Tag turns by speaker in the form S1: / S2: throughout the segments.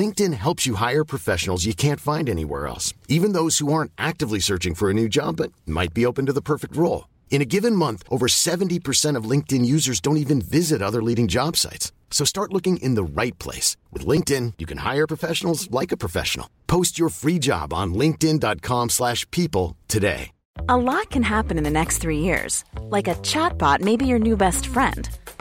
S1: LinkedIn helps you hire professionals you can't find anywhere else, even those who aren't actively searching for a new job but might be open to the perfect role. In a given month, over 70% of LinkedIn users don't even visit other leading job sites. So start looking in the right place. With LinkedIn, you can hire professionals like a professional. Post your free job on linkedin.com/people slash people today.
S2: A lot can happen in the next three years. Like a chatbot may be your new best friend.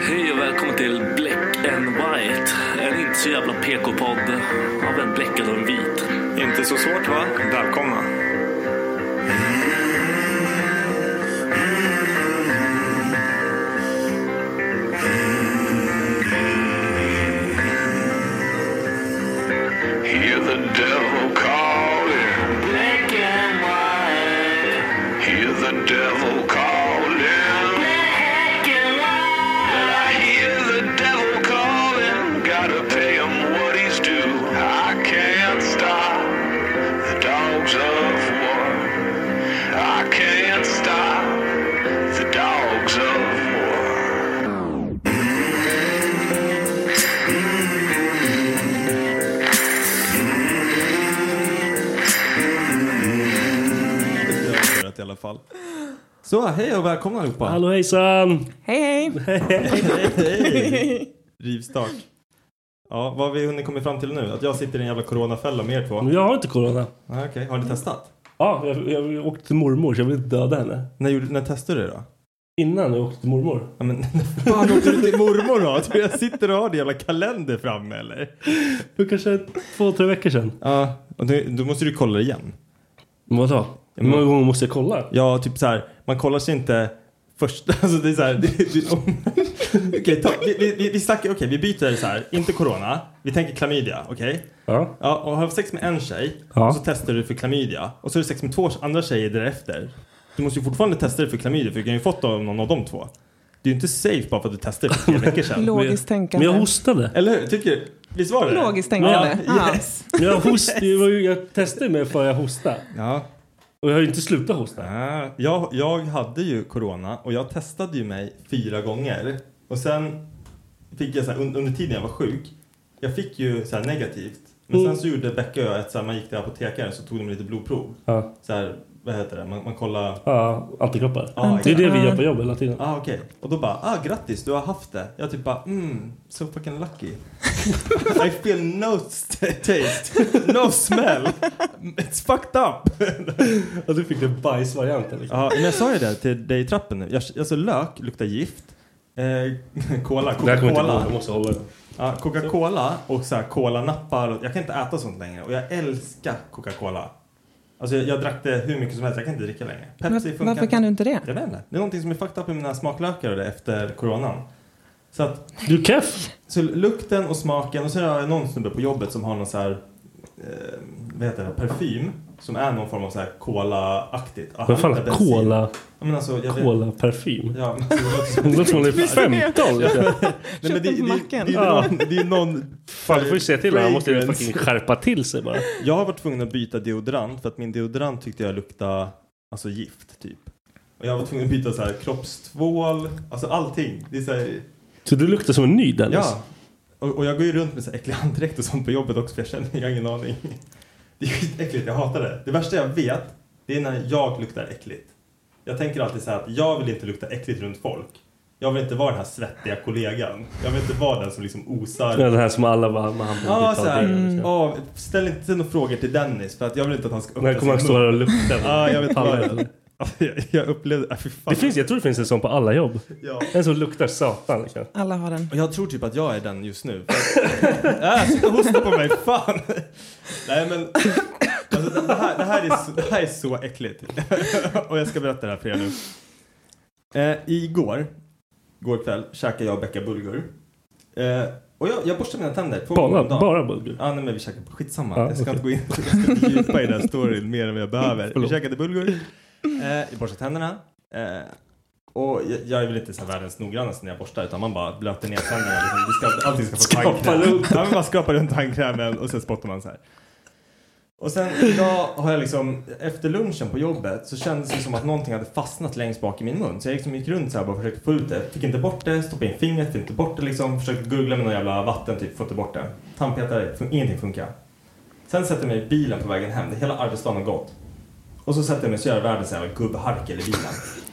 S3: Hej och välkommen till Black and White. En inte så jävla PK-podd av en bläckad och en vit.
S4: Inte så svårt va? Välkomna.
S5: Hear the devil calling. Black and white. Hear the devil calling. Black and white. I hear the devil calling. Gotta pay him what he's due. I can't stop the dogs of war. I can't stop the dogs of war.
S4: Jag har börjat i alla fall. Så, hej och välkomna allihopa.
S3: Hallå hejsan!
S6: Hej hej!
S4: Rivstart. Ja, vad har vi hunnit kommit fram till nu? Att jag sitter i en jävla coronafälla med er två?
S7: Mm.
S3: Jag har inte corona.
S4: Ah, Okej, har ni testat?
S3: Ja, jag, jag, jag åkte till mormor så jag vill inte döda henne.
S4: När, gjorde, när testade du det då?
S3: Innan jag åkte till mormor.
S4: Ja, men, fan åkte du till mormor då? Tror du jag sitter och har din jävla kalender framme eller?
S3: För kanske två, tre veckor sedan.
S4: Ja, och du, då måste du kolla igen.
S3: Vad sa? Hur många gånger måste jag kolla?
S4: Ja, typ så här, man kollar sig inte först. Alltså det är så här. Det, det, om, okej, ta, vi, vi, vi, vi snackar, okej, vi byter så här. Inte corona. Vi tänker klamydia, okej?
S3: Ja.
S4: Ja, och har du sex med en tjej
S3: Ja.
S4: och så testar du för klamydia och så har du sex med två andra tjejer därefter. Du måste ju fortfarande testa dig för klamydia för du kan ju fått av någon av de två. Det är ju inte safe bara för att du testade för tre veckor sedan.
S7: Logiskt
S3: Men
S7: tänkande.
S3: jag hostade.
S4: Eller hur? Tycker du? Visst var det det?
S7: Logiskt tänkande.
S4: Eh, Ja,
S7: Ja.
S4: yes.
S3: Men Jag, host, det var ju- jag testade mig för jag hostade.
S4: Ja.
S3: Och jag har ju inte slutat hosta.
S4: Ah, Jag, jag hade ju corona och jag testade ju mig fyra gånger. Och sen fick jag så här, un- under tiden jag var sjuk, jag fick ju så här negativt. Men sen så gjorde Becka och jag att så här, man gick till apotekaren så tog de lite blodprov.
S3: Ja.
S4: Så här, vad heter det? Man, man kollar
S3: Ja, antikroppar.
S4: Ja,
S3: det är det vi gör på jobbet hela tiden.
S4: Ah, okej. Och då bara, ah grattis du har haft det. Jag typ bara, mm, so fucking lucky. I feel no st- taste, no smell. It's fucked up.
S3: Ja, du fick den bajsvarianten. Liksom.
S4: Ja, men jag sa ju det till dig i trappen nu. Jag, alltså lök luktar gift. Eh, cola,
S3: Det här kommer jag inte
S4: Coca-Cola.
S3: ihåg, jag måste hålla den.
S4: Ja, Coca-Cola och så här cola-nappar. Jag kan inte äta sånt längre och jag älskar Coca-Cola. Alltså jag, jag drack det hur mycket som helst, jag kan inte dricka längre. Pepsi
S7: Var,
S4: funkar
S7: varför
S4: inte.
S7: kan du inte det?
S4: Jag vet inte. Det är någonting som är fucked up i mina smaklökar och det efter coronan. Så att
S3: Du är keff!
S4: Så lukten och smaken och sen har jag någon snubbe på jobbet som har någon så här eh, vad heter det, parfym som är någon form av så här cola-aktigt. Ah,
S7: Vad fan
S4: luktar
S7: är
S4: bensin.
S7: cola,
S4: Ja, men alltså, jag vet-
S7: cola-parfym?
S4: Ja, men alltså, jag vet inte.
S7: Det låter som det är 15! liksom.
S4: Nej, men det,
S8: på
S4: det, det,
S8: macken.
S4: det, är
S7: Ja.
S4: någon, det är någon...
S7: Fan, du får ju säga till honom. Han måste ju
S4: fragrance.
S7: fucking skärpa till sig bara.
S4: Jag har varit tvungen att byta deodorant för att min deodorant tyckte jag luktade alltså gift typ. Och jag var tvungen att byta så här kroppstvål, alltså allting. Det är så här,
S7: Så du luktar som en ny Dennis?
S4: ja. Och, och jag går ju runt med så här äcklig andedräkt och sånt på jobbet också för jag känner, jag har ingen aning. Det är skitäckligt, jag hatar det. Det värsta jag vet, det är när jag luktar äckligt. Jag tänker alltid så här att jag vill inte lukta äckligt runt folk. Jag vill inte vara den här svettiga kollegan. Jag vill inte vara den som liksom osar.
S7: Ja, Den här som alla bara, "Men han borde
S4: Ja,
S7: ah,
S4: så
S7: ta
S4: här, mm.
S7: det. Liksom.
S4: ja, ställ inte några frågor till Dennis för att jag vill inte att han ska öppna
S7: När kommer han
S4: sin
S7: stå
S4: mun.
S7: där och lukta?
S4: Ja, jag vet
S7: Fan,
S4: vad
S7: vad
S4: det
S7: är
S4: är. Alltså, jag- Jag upplevde, ja, fy fan.
S7: Det finns, jag tror det finns en sån på alla jobb.
S4: Ja.
S7: En som luktar satan liksom.
S8: Alla har den.
S4: Och jag tror typ att jag är den just nu. För att- Äh, Sluta hosta på mig, fan! Nej men, alltså, det, här, det, här är så, det här är så äckligt. Och jag ska berätta det här för er nu. Eh, igår, igår kväll, käkade jag och Becka bulgur. Eh, och jag, jag borstar mina tänder två gånger
S7: Bara,
S4: om dagen.
S7: bara bulgur.
S4: Ja, nej, men vi käkade skitsamma.
S7: Ja,
S4: jag ska
S7: okej.
S4: inte gå in jag ska inte djupa i den här storyn mer än vad jag behöver. Vi
S7: Förlåt.
S4: käkade bulgur, eh, jag borstade tänderna. Eh, och jag, jag är väl inte så här världens noggrannaste när jag borstar utan man bara blöter ner tänderna. Liksom. Det ska, allting ska få
S7: Skrapa
S4: tandkräm.
S7: runt.
S4: Ja, men man skrapar runt tandkrämen och sen spottar man så här. Och sen idag har jag liksom, efter lunchen på jobbet så kändes det som att någonting hade fastnat längst bak i min mun. Så jag liksom gick runt så här bara försökte få ut det. Fick inte bort det, stoppade in fingret, fick inte bort det liksom. Försökte googla med någon jävla vatten typ, få inte bort det. Tandpetare, fun- ingenting funkar. Sen sätter jag mig i bilen på vägen hem, det hela arbetsdagen har gått. Och så sätter jag mig så gör jag världens jävla gubbharkel i bilen.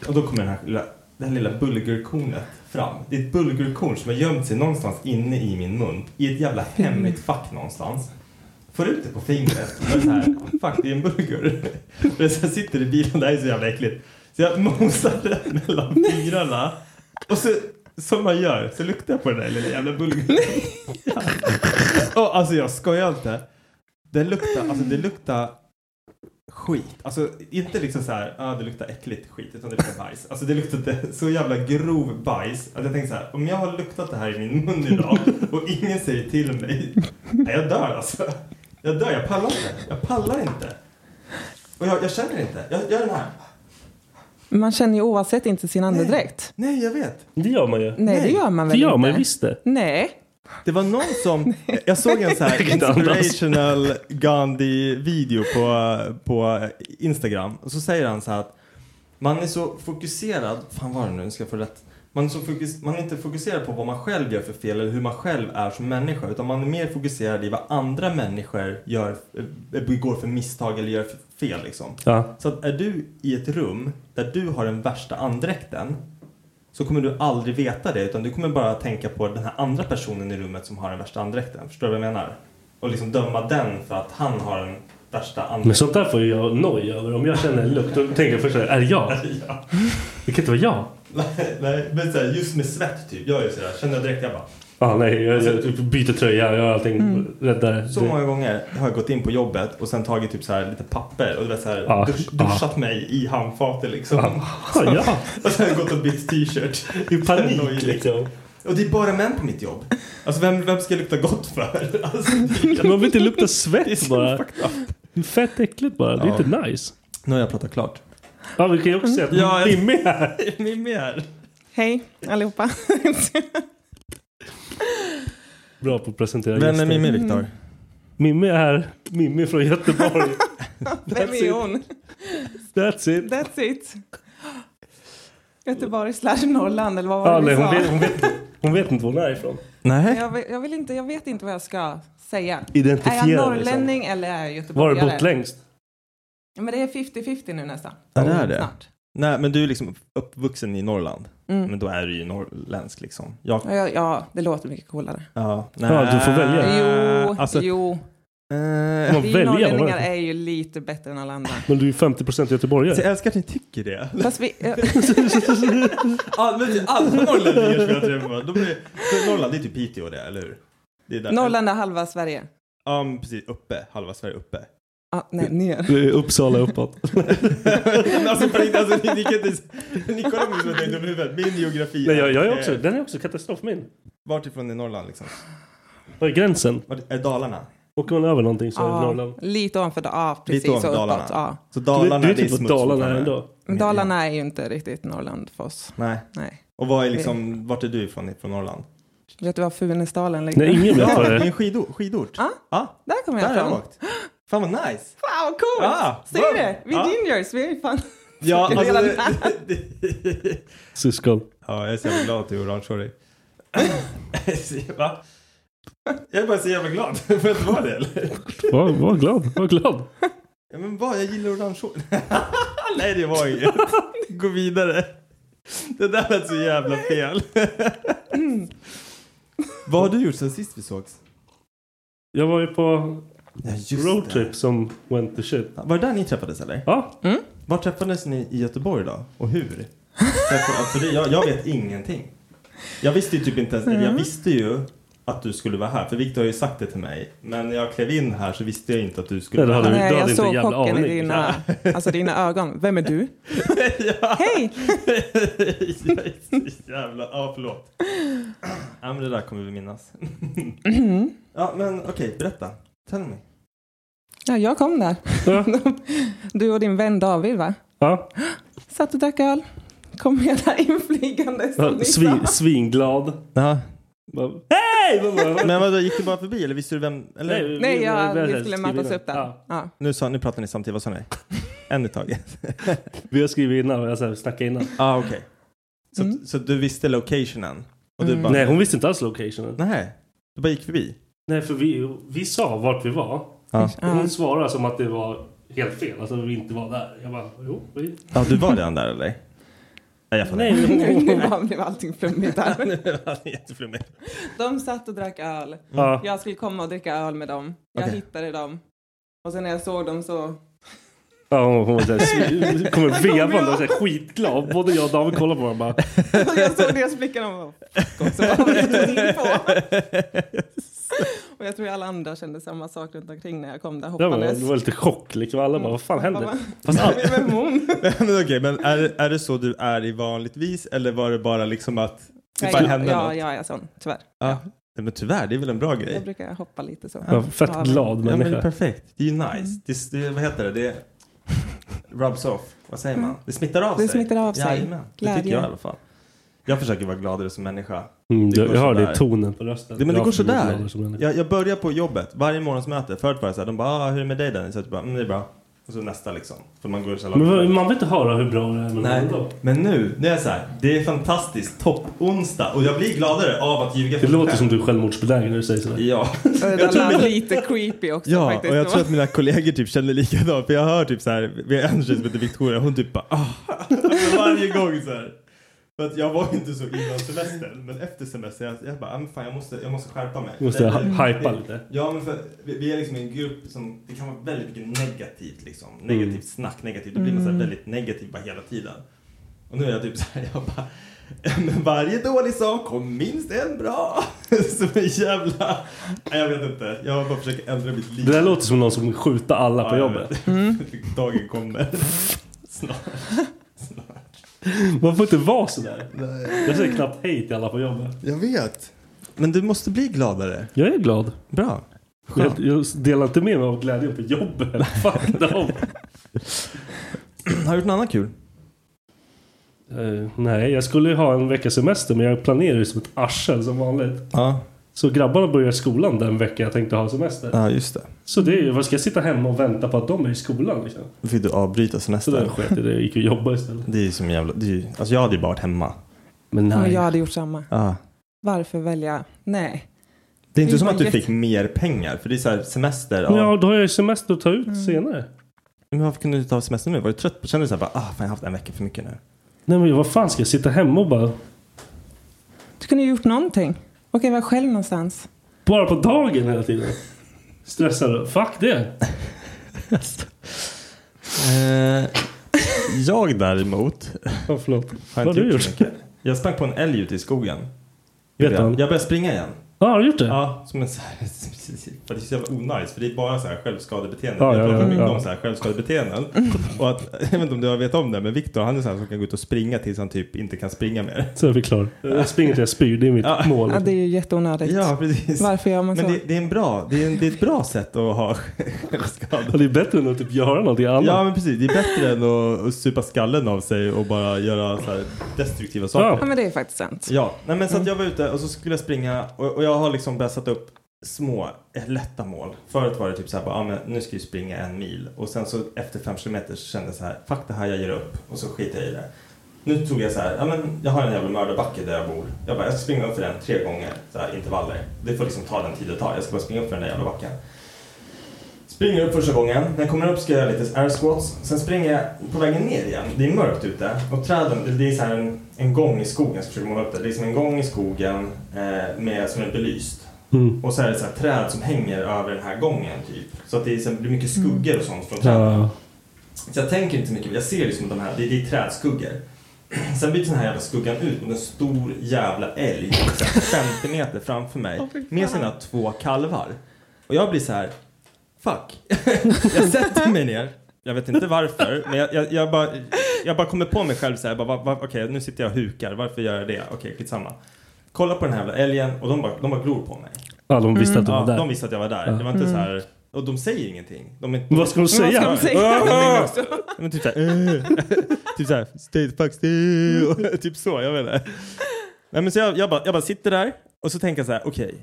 S4: Och då kommer den här lilla, det här lilla bulgurkornet fram. Det är ett bulgurkorn som har gömt sig någonstans inne i min mun. I ett jävla hemligt fack någonstans. Får ut det på fingret. Och jag är så här, fuck det är en bulgur. Men så jag sitter i bilen, det här är så jävla äckligt. Så jag mosar den mellan fingrarna. Och så, som man gör, så luktar jag på den där lilla jävla bulgurkorn. Och alltså jag skojar inte. Det luktar, alltså det luktar skit. Alltså inte liksom så här, ah, det luktar äckligt skit, utan det luktar bajs. Alltså det luktade så jävla grov bajs att jag tänkte så här, om jag har luktat det här i min mun idag och ingen säger till mig, nej jag dör alltså. Jag dör, jag pallar inte. Jag pallar inte. Och jag, jag känner inte. Jag jag gör den här.
S8: Man känner ju oavsett inte sin andedräkt.
S4: Nej, jag vet.
S7: Det gör man ju.
S8: Nej, det gör man
S7: Det
S8: väl
S7: gör man ju
S8: inte?
S7: visst det.
S8: Nej.
S4: Det var någon som, jag såg en så här
S7: kan inte andas.
S4: inspirational Gandhi-video på, på Instagram och så säger han så här att man är så fokuserad, fan var det nu, nu ska jag få rätt. Man är, så fokus, man är inte fokuserad på vad man själv gör för fel eller hur man själv är som människa utan man är mer fokuserad i vad andra människor gör, eh, begår för misstag eller gör för fel liksom.
S7: Ja.
S4: Så att är du i ett rum där du har den värsta andräkten så kommer du aldrig veta det utan du kommer bara tänka på den här andra personen i rummet som har den värsta andräkten. Förstår du vad jag menar? Och liksom döma den för att han har den värsta andräkten.
S7: Men sånt där får ju jag noj över. Om jag känner en lukt, då tänker jag först så här, är det jag?
S4: Ja.
S7: Det kan inte vara jag.
S4: Nej, nej, men så här, just med svett typ. Jag är ju sådär, känner jag direkt jag bara.
S7: Ah, nej, jag, jag byter tröja, jag gör allting
S8: Mm.
S7: räddare.
S4: Alltså- Så många gånger har jag gått in på jobbet och sen tagit typ så här lite papper och du vet så här,
S7: Ah.
S4: dusch, duschat mig i handfatet liksom.
S7: Ah, ja.
S4: Och sen gått och bytt t-shirt.
S7: I panik
S4: Nojigt.
S7: liksom.
S4: Och det är bara män på mitt jobb. Alltså vem, vem ska jag lukta gott för? Alltså, det är-
S7: Man vill inte lukta
S4: det är så
S7: svett bara.
S4: fucked up.
S7: Det är Fett äckligt bara. Det är
S4: Ja.
S7: inte nice.
S4: Nu har jag pratat klart.
S7: Ja, vi kan ju också säga att
S4: Ja, jag-
S7: Mimmi är här.
S4: Ni är med här.
S8: Hej allihopa.
S7: Bra på att presentera
S4: Vem är
S7: gäster.
S4: Mimmi, Viktor?
S7: Mimmi är här. Mimmi från Göteborg.
S8: Vem är hon?
S7: That's it.
S8: That's it. Göteborg slash Norrland eller vad var
S7: Ah,
S8: det
S7: nej,
S8: vi
S7: hon, vet,
S8: sa?
S7: hon, vet, hon vet inte var hon är ifrån.
S4: Nej.
S8: Jag, vet- jag, vill inte, jag vet inte vad jag ska säga. Är jag
S7: Identifiera
S4: liksom?
S8: norrlänning eller är jag
S7: Var har
S8: göteborgare?
S7: du bott längst?
S8: Men det är 50-50 nu nästan.
S4: Ja, det är det.
S8: Snart.
S4: Nej, men du är liksom uppvuxen i Norrland.
S8: Mm.
S4: Men då är du ju norrländsk liksom. Jag,
S8: Ja, Ja, ja, det låter mycket coolare.
S4: ja,
S7: Ja, du får välja.
S8: Jo,
S4: Alltså,
S8: jo.
S4: eh,
S7: Man
S8: Vi norrlänningar
S7: väljer.
S8: är ju lite bättre än alla andra.
S7: Men du är 50%
S4: alltså,
S7: göteborgare.
S4: jag älskar att ni tycker det.
S8: Fast vi, eh,
S4: All, men typ alla norrlänningar som jag träffar, de är, för Norrland det är typ Piteå det, eller hur? Det är där.
S8: Norrland är halva Sverige.
S4: Ja, men precis. Uppe. Halva Sverige uppe.
S8: Ah, nej, ner.
S7: Det är Uppsala uppåt.
S4: Men alltså, på riktigt, alltså, ni, ni, kan inte, ni kollar på mig som att jag är dum i huvudet. Min geografi.
S7: Nej, jag, jag är också,
S4: Eh,
S7: den är också katastrof min.
S4: Vart ifrån i Norrland liksom?
S7: Var är gränsen?
S4: Vart, är Dalarna?
S7: Åker man över någonting så är det
S8: Ja,
S7: Norrland.
S8: lite ovanför, ja precis.
S4: Lite ovanför
S8: och
S4: Dalarna.
S8: uppåt, ja.
S4: Så
S7: Du,
S4: Dalarna
S7: du är
S4: det är
S7: typ på
S4: smuts
S7: Dalarna
S4: fortfarande.
S7: ändå.
S8: Dalarna är ju inte riktigt Norrland för oss.
S4: Nej.
S8: Nej.
S4: Och vad är liksom, vart är du ifrån? Från Norrland?
S8: Vet du var Funäsdalen ligger?
S7: Nej, ingen vet
S4: Ja,
S7: vad
S4: det
S7: det
S4: är
S7: är.
S4: en skidor, skidort.
S8: Ja,
S4: Ja,
S8: där kommer
S4: där
S8: jag
S4: har jag
S8: ifrån.
S4: åkt. Fan vad nice!
S8: Fan vad coolt!
S4: Ja, wow. Ah.
S8: Ser du? Vi
S4: Ja.
S8: gingers, vi är ju fan...
S4: Ja,
S8: Hela
S4: alltså, det,
S8: natten.
S7: Syskon.
S4: ja, jag är så jävla glad att du är orange, sorry. Va? Jag är bara så jävla glad. Får jag inte vara det eller?
S7: Var, var glad, var glad.
S4: Ja, men vad, jag gillar orange hår. Nej, det var inget. Gå vidare. Det där lät så jävla fel. Vad har du gjort sen sist vi sågs?
S7: Jag var ju på
S4: Ja, just
S7: roadtrip som went to shit.
S4: Var det där ni träffades eller?
S7: Ja,
S4: Var träffades ni i Göteborg då? Och hur? Träffades- För det, jag, jag vet ingenting. Jag visste ju typ inte ens, jag visste ju att du skulle vara här. För Victor har ju sagt det till mig. Men när jag klev in här så visste jag inte att du skulle
S7: Nej, det
S4: vara
S7: hade
S4: här.
S7: du-
S8: Nej,
S7: hade
S8: jag
S7: inte en
S8: såg
S7: jävla
S8: chocken i
S7: aning.
S8: dina, alltså, dina ögon. Vem är du? Hej!
S4: Jävla, ja förlåt. Ja men det där kommer vi minnas.
S8: Mhm.
S4: Ja men okej, berätta. Tell me.
S8: Ja, jag kom där.
S7: Ja.
S8: Du och din vän David va?
S7: ja.
S8: Satt och drack öl. Kom med där inflygande som ni sa.
S7: Svin, svinglad.
S4: Ja.
S7: Bara, Hej! Vad bra.
S4: Men vadå, gick du bara förbi eller visste du vem? Eller?
S7: vi-
S8: Nej,
S7: vi-
S8: jag,
S7: vi-
S8: vi skulle mötas
S7: skriver-
S8: upp där.
S7: Ja.
S8: Ja.
S4: Nu sa, nu pratar ni samtidigt, vad sa ni? En i taget.
S7: Vi har skrivit innan, och jag så här, snackade innan.
S4: Ja ah, okej. Så, så du visste locationen? Och du bara,
S7: Mm. Nej, hon visste inte alls locationen.
S4: Nej, du bara gick förbi?
S7: Nej, för vi, vi sa vart vi var.
S4: Ja,
S7: Hon svarade som att det var helt fel, alltså vi inte var där. Jag bara, jo, vi...
S4: ja du var redan där eller? Nej, jag fattar.
S7: Nej, hon,
S8: Nu bara blev allting flummigt här.
S4: Nej. Jätteflummigt.
S8: De satt och drack öl.
S7: ja.
S8: Jag skulle komma och dricka öl med dem. Jag
S4: Okej.
S8: hittade dem. Och sen när jag såg dem så...
S7: Ja, hon, hon var såhär, sv- kommer vevande och såhär, skitglad. Både jag och David kollar på varandra bara.
S8: Jag såg deras blickar och bara... "Fuck off", Så bara vad jag tog in på. Och jag tror alla andra kände samma sak runt omkring när jag kom där
S7: Det var, det
S8: hoppandes.
S7: var lite chock liksom. Alla bara, vad fan händer? Fast all,
S8: Fast Vem är hon?
S4: men okej, men är, är det så du är i vanligtvis eller var det bara liksom att det bara
S8: Ja,
S4: hände
S8: ja,
S4: något?
S8: jag är sån, tyvärr.
S4: Ja. Nej, Men tyvärr, det är väl en bra
S8: Jag
S4: grej?
S8: brukar hoppa lite så.
S7: jag var fett
S4: Ja,
S7: glad
S4: men det är
S7: människa.
S4: perfekt. Det är ju nice. Det, det, vad heter det? det rubs off. Vad säger man? Det smittar av sig.
S8: Det smittar av sig.
S4: Jajamän. Det
S8: Glädje.
S4: tycker jag i alla fall. Jag försöker vara gladare som människa.
S7: Mm,
S4: Det
S7: jag,
S4: går
S7: jag hör det
S4: sådär.
S7: i tonen på rösten.
S4: Det, men det går
S7: Jag har blivit
S4: sådär.
S7: gladare som människa.
S4: Jag, jag börjar på jobbet, varje morgonsmöte. Förut var det såhär, de bara ah, “Hur är det med dig Dennis?” Jag typ bara “Mm, det är bra”. Och så nästa liksom. För man går så här
S7: Men
S4: långt.
S7: vad- man vill inte höra hur bra det är med någon
S4: Nej,
S7: ändå.
S4: men nu, det är så här. Det är fantastiskt, topp onsdag Och jag blir gladare av att ljuga
S7: Det
S4: för mig
S7: låter som
S4: själv.
S7: du är självmordsbenägen när du säger sådär.
S4: Ja.
S8: Det
S4: Jag
S8: där
S4: tror
S8: lät
S4: mina-
S8: lite creepy också
S4: Ja,
S8: faktiskt.
S4: och jag
S8: Det
S4: tror
S8: var-
S4: att mina kollegor typ känner likadant. För jag hör typ så här, vi har en tjej som heter Victoria, hon typ bara ah. Alltså varje gång så här. För att jag var inte så innan semestern, men efter semestern, jag, jag bara, ah, men fan jag måste, jag måste skärpa mig.
S7: Du måste
S4: Det-
S7: hy-
S4: det-
S7: hypa lite.
S4: Ja, men för vi, vi är liksom en grupp som, det kan vara väldigt mycket negativt liksom.
S7: Mm.
S4: Negativt snack, negativt. Då blir man så
S8: Mm.
S4: här väldigt negativ bara hela tiden. Och nu är jag typ så här, jag bara, men varje dålig sak och minst en bra. Som en jävla, nej jag vet inte. Jag bara försöker ändra mitt liv.
S7: Det där låter som någon som vill skjuta alla på
S4: Ja, jag
S7: jobbet.
S4: vet.
S8: Mm.
S4: Dagen kommer. Snart. Snart.
S7: Man får inte vara sådär. Jag säger knappt hej till alla på jobbet.
S4: Jag vet. Men du måste bli gladare.
S7: Jag är glad.
S4: Bra.
S7: Jag, jag delar inte med mig av glädjen på jobbet. Fuck dem.
S4: Har du gjort något annat kul?
S7: Eh, nej, jag skulle ju ha en veckas semester men jag planerar ju som ett arsel som vanligt.
S4: Ja.
S7: Så grabbarna börjar skolan den vecka jag tänkte ha semester.
S4: Ja, just det.
S7: Så det är ju, vad ska jag sitta hemma och vänta på att de är i skolan liksom?
S4: Då fick du avbryta
S7: Så där
S4: semestern.
S7: sket jag i det, jag gick och jobbade istället.
S4: Det är ju som jävla... Det är ju, alltså jag hade ju bara varit hemma.
S7: Men
S8: Ja, jag hade gjort samma.
S4: Ja.
S8: Varför välja? Nej.
S4: Det är inte
S8: Det
S4: som
S8: var
S4: att du
S8: jätte-
S4: fick mer pengar. För det är så här semester. Ja.
S7: Ja, då har jag ju semester att ta ut senare.
S4: Men varför kunde du inte ta semester nu? Var du trött? på- Kände du så här bara, ah, fan, jag har haft en vecka för mycket nu?
S7: Nej men vad fan ska jag sitta hemma och bara...
S8: Du kunde ju gjort någonting. Okej, var själv någonstans.
S7: Bara på dagen hela tiden. Stressad. Fuck det.
S4: Eh, jag däremot.
S7: Ja, förlåt.
S4: Har
S7: Vad har
S4: inte
S7: du
S4: gjort så
S7: gjort?
S4: mycket. Jag sprang på en älg ute i skogen.
S7: Vet
S4: jag,
S7: han?
S4: jag började springa igen.
S7: Ja, har du gjort det?
S4: Ja, som en så här, för det är så jävla onajs för det är bara så här självskadebeteende.
S7: Ja,
S4: jag
S7: ja,
S4: pratar
S7: ja,
S4: mycket
S7: ja.
S4: om så här självskadebeteenden. Och att, jag vet inte om du har vet om det, men Viktor han är så här som kan gå ut och springa tills han typ inte kan springa mer.
S7: Så är vi klara. Jag springer till jag spyr, det är mitt
S4: Ja.
S7: mål.
S8: Ja, det är ju jätteonödigt.
S4: Ja, precis.
S8: Varför gör man
S4: Men
S8: så?
S4: det, det, är en bra, det, är en, det är ett bra sätt att ha
S7: Ja,
S4: självskade.
S7: det är bättre än att typ göra någonting annat.
S4: Ja men precis, det är bättre än att, att supa skallen av sig och bara göra så här destruktiva saker.
S7: Ja.
S8: Ja, men det är faktiskt sant.
S4: Ja, nej men så att jag var ute och så skulle jag springa och, och jag har liksom börjat sätta upp små eh, lätta mål. Förut var det typ så här, bara, ah, men nu ska jag springa en mil och sen så efter fem kilometer så kände jag så här, fuck det här, jag ger upp och så skiter jag i det. Nu tog jag så här, ja men jag har en jävla mördarbacke där jag bor. Jag bara, jag ska springa upp för den tre gånger, så här, intervaller. Det får liksom ta den tid det tar, jag ska bara springa upp för den där jävla backen. Springer upp första gången. När jag kommer upp ska jag göra lite air squats. Sen springer jag på vägen ner igen. Det är mörkt ute och träden, det är så här en, en gång i skogen. Jag ska försöka måla upp det. Det är som en gång i skogen eh, med, som är belyst.
S7: Mm.
S4: Och så är det så här träd som hänger över den här gången typ. Så att det, är, så här- det blir mycket skuggor och sånt från träden.
S7: Ja.
S4: Så jag tänker inte så mycket, jag ser liksom de här, det, det är trädskuggor. Sen byter den här jävla skuggan ut mot en stor jävla älg, så här 50 meter framför mig, med sina två kalvar. Och jag blir så här, fuck. jag sätter mig ner, jag vet inte varför, men jag, jag, jag, bara, jag bara kommer på mig själv så här, bara, va- va- okej nu sitter jag och hukar, varför gör jag det? Okej, skitsamma. Kolla på den här jävla älgen och de bara, de bara glor på mig.
S7: ja, de visste att du
S4: Mm. Ja,
S7: var där. Mm.
S4: de visste att jag var där. Det var inte så här, och de säger ingenting. De är,
S7: Vad ska de säga?
S8: Vad ska de säga?
S4: Ja, Men typ såhär, eh, typ såhär, stay the fuck still. Och typ så, jag vet inte. Nej men så jag, jag, bara, jag bara sitter där och så tänker jag såhär, okej,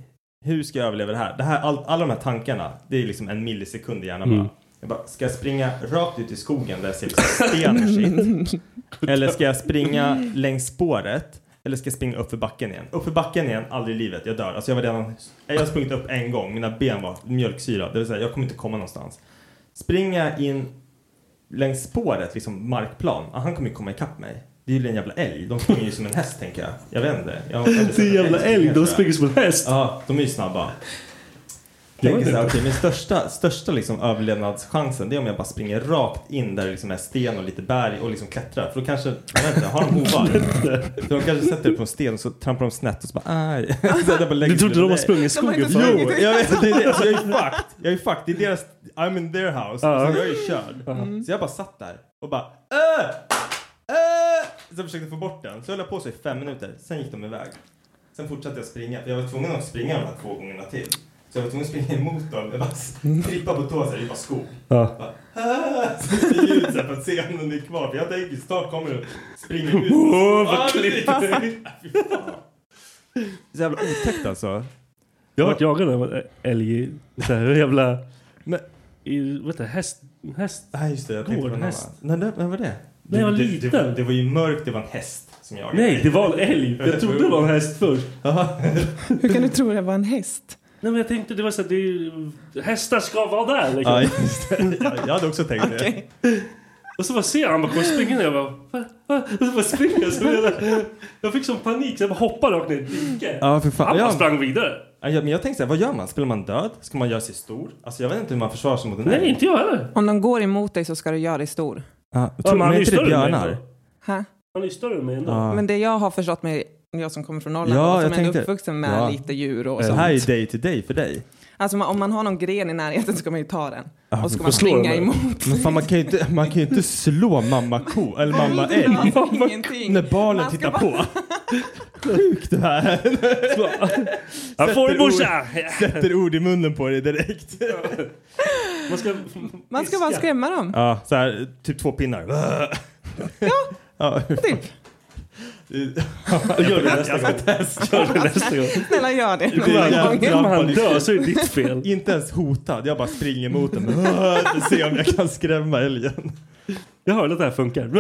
S4: hur ska jag överleva det här? Det här all, alla de här tankarna, det är liksom en millisekund i hjärnan
S7: Mm.
S4: bara. Jag bara, ska jag springa rakt ut i skogen där jag ser liksom sten och shit? Eller ska jag springa längs spåret? Eller ska jag springa upp för backen igen? Upp för backen igen, aldrig i livet, jag dör. Alltså jag var redan, jag har sprungit upp en gång, mina ben var mjölksyra, det vill säga jag kommer inte komma någonstans. Springa in längs spåret, liksom markplan, ah, han kommer ju komma ikapp mig. Det är ju en jävla älg. De springer ju som en häst tänker jag. Jag vet inte. Jag har aldrig sett
S7: Det är en jävla älg,
S4: tror
S7: de
S4: jag.
S7: springer som en häst.
S4: Ja, de är ju snabba.
S7: Jag
S4: Tänker
S7: vet
S4: såhär, okej
S7: inte.
S4: min största, största liksom överlevnadschansen det är om jag bara springer rakt in där det liksom är sten och lite berg och liksom klättrar. För då kanske, jag vet inte, har de hovar? För de kanske sätter det på en sten och så trampar de snett och så bara aj. Så jag bara lägger
S7: Du trodde
S4: mig
S7: de
S4: ner.
S7: har sprungit i skogen
S8: inte
S7: förut?
S8: sprungit.
S4: Jo, jag vet. Det är det. Alltså, jag är fucked. Jag är fucked. Det är deras, I'm in their house.
S7: Ja.
S4: Så jag är körd. Så jag bara satt där och bara äh, äh. Så jag försökte få bort den. Så höll jag på så i fem minuter. Sen gick de iväg. Sen fortsatte jag springa. För jag var tvungen att springa de här två gångerna till. Så jag var tvungen att springa emot dem. Jag bara s- trippade på tå så här, det var skog.
S7: Ja.
S4: Bara, äh. Så det är ljud så här för att se om den är kvar. För jag tänker snart kommer den springa ut. Åh, vad klippt! Så jävla otäckt alltså.
S7: Jag har varit jagad av en älg i så här jävla... Men, i, vad heter det? Häst... häst.
S4: Nej just det, jag tänkte på en annan.
S7: Gårdhäst.
S4: Nej, det- vem var det?
S7: Nej, jag var
S4: det, Det, det,
S7: liten.
S4: var- det var ju mörkt, det var en häst som jagade
S7: Nej,
S4: mig.
S7: det var en älg. Jag trodde det var en häst först.
S4: Jaha.
S8: Hur kan du tro det var en häst?
S7: Nej, men jag tänkte det var så att det är ju- hästar ska vara där liksom.
S4: Ja, just det. Jag, jag hade också tänkt det.
S8: Okej.
S7: Och så bara ser jag han bara kommer springa ner. Jag bara, "Va? Va?" och så bara springer jag. Så jag, jag fick sån panik så jag bara hoppade rakt ner i ett dike.
S4: Ja, för fan.
S7: Han bara
S4: Ja,
S7: sprang vidare.
S4: Ja, men jag tänkte så här, vad gör man? Spelar man död? Ska man göra sig stor? Alltså jag vet inte hur man försvarar sig mot en
S7: Nej,
S4: älg.
S7: inte jag heller.
S8: Om de går emot dig så ska du göra dig stor.
S4: Ja,
S7: Ja,
S4: tror,
S7: men
S4: men
S7: han är
S4: är
S7: ju
S4: inte det
S7: större än mig
S4: björnar?
S7: ändå.
S8: Hä?
S7: Han är ju större än mig ändå.
S4: Ja.
S8: Men det jag har förstått med jag som kommer från Norrland
S4: Ja, jag
S8: och som är ändå
S4: tänkte-
S8: uppvuxen med
S4: Ja. Eh,
S8: lite djur och
S4: Så
S8: sånt.
S4: här är ju day to day för dig.
S8: Alltså man- om man har någon gren i närheten så ska man ju ta den. och så ska
S7: får
S8: man
S7: slå
S8: springa
S7: den.
S8: emot.
S4: Men fan, man kan ju inte, man kan ju inte slå mamma ko eller mamma älg.
S8: Alltså, ingenting.
S4: När barnen
S8: Man ska
S4: tittar
S8: bara-
S4: på. Sjukt det här.
S7: Jag får det morsa!
S4: Sätter ord i munnen på dig direkt.
S7: Man ska,
S8: Man ska bara skrämma dem.
S4: Ja, så här, typ två pinnar. Ja,
S8: Typ.
S7: Gör det nästa gång. Gör det nästa gång.
S8: Snälla gör det.
S4: Det är
S8: någon
S4: jävla-
S7: Om
S8: gång.
S7: han dör så är det ditt fel.
S4: Inte ens hotad, jag bara springer mot den. För att se om jag kan skrämma älgen.
S7: Jag hörde att det här funkar.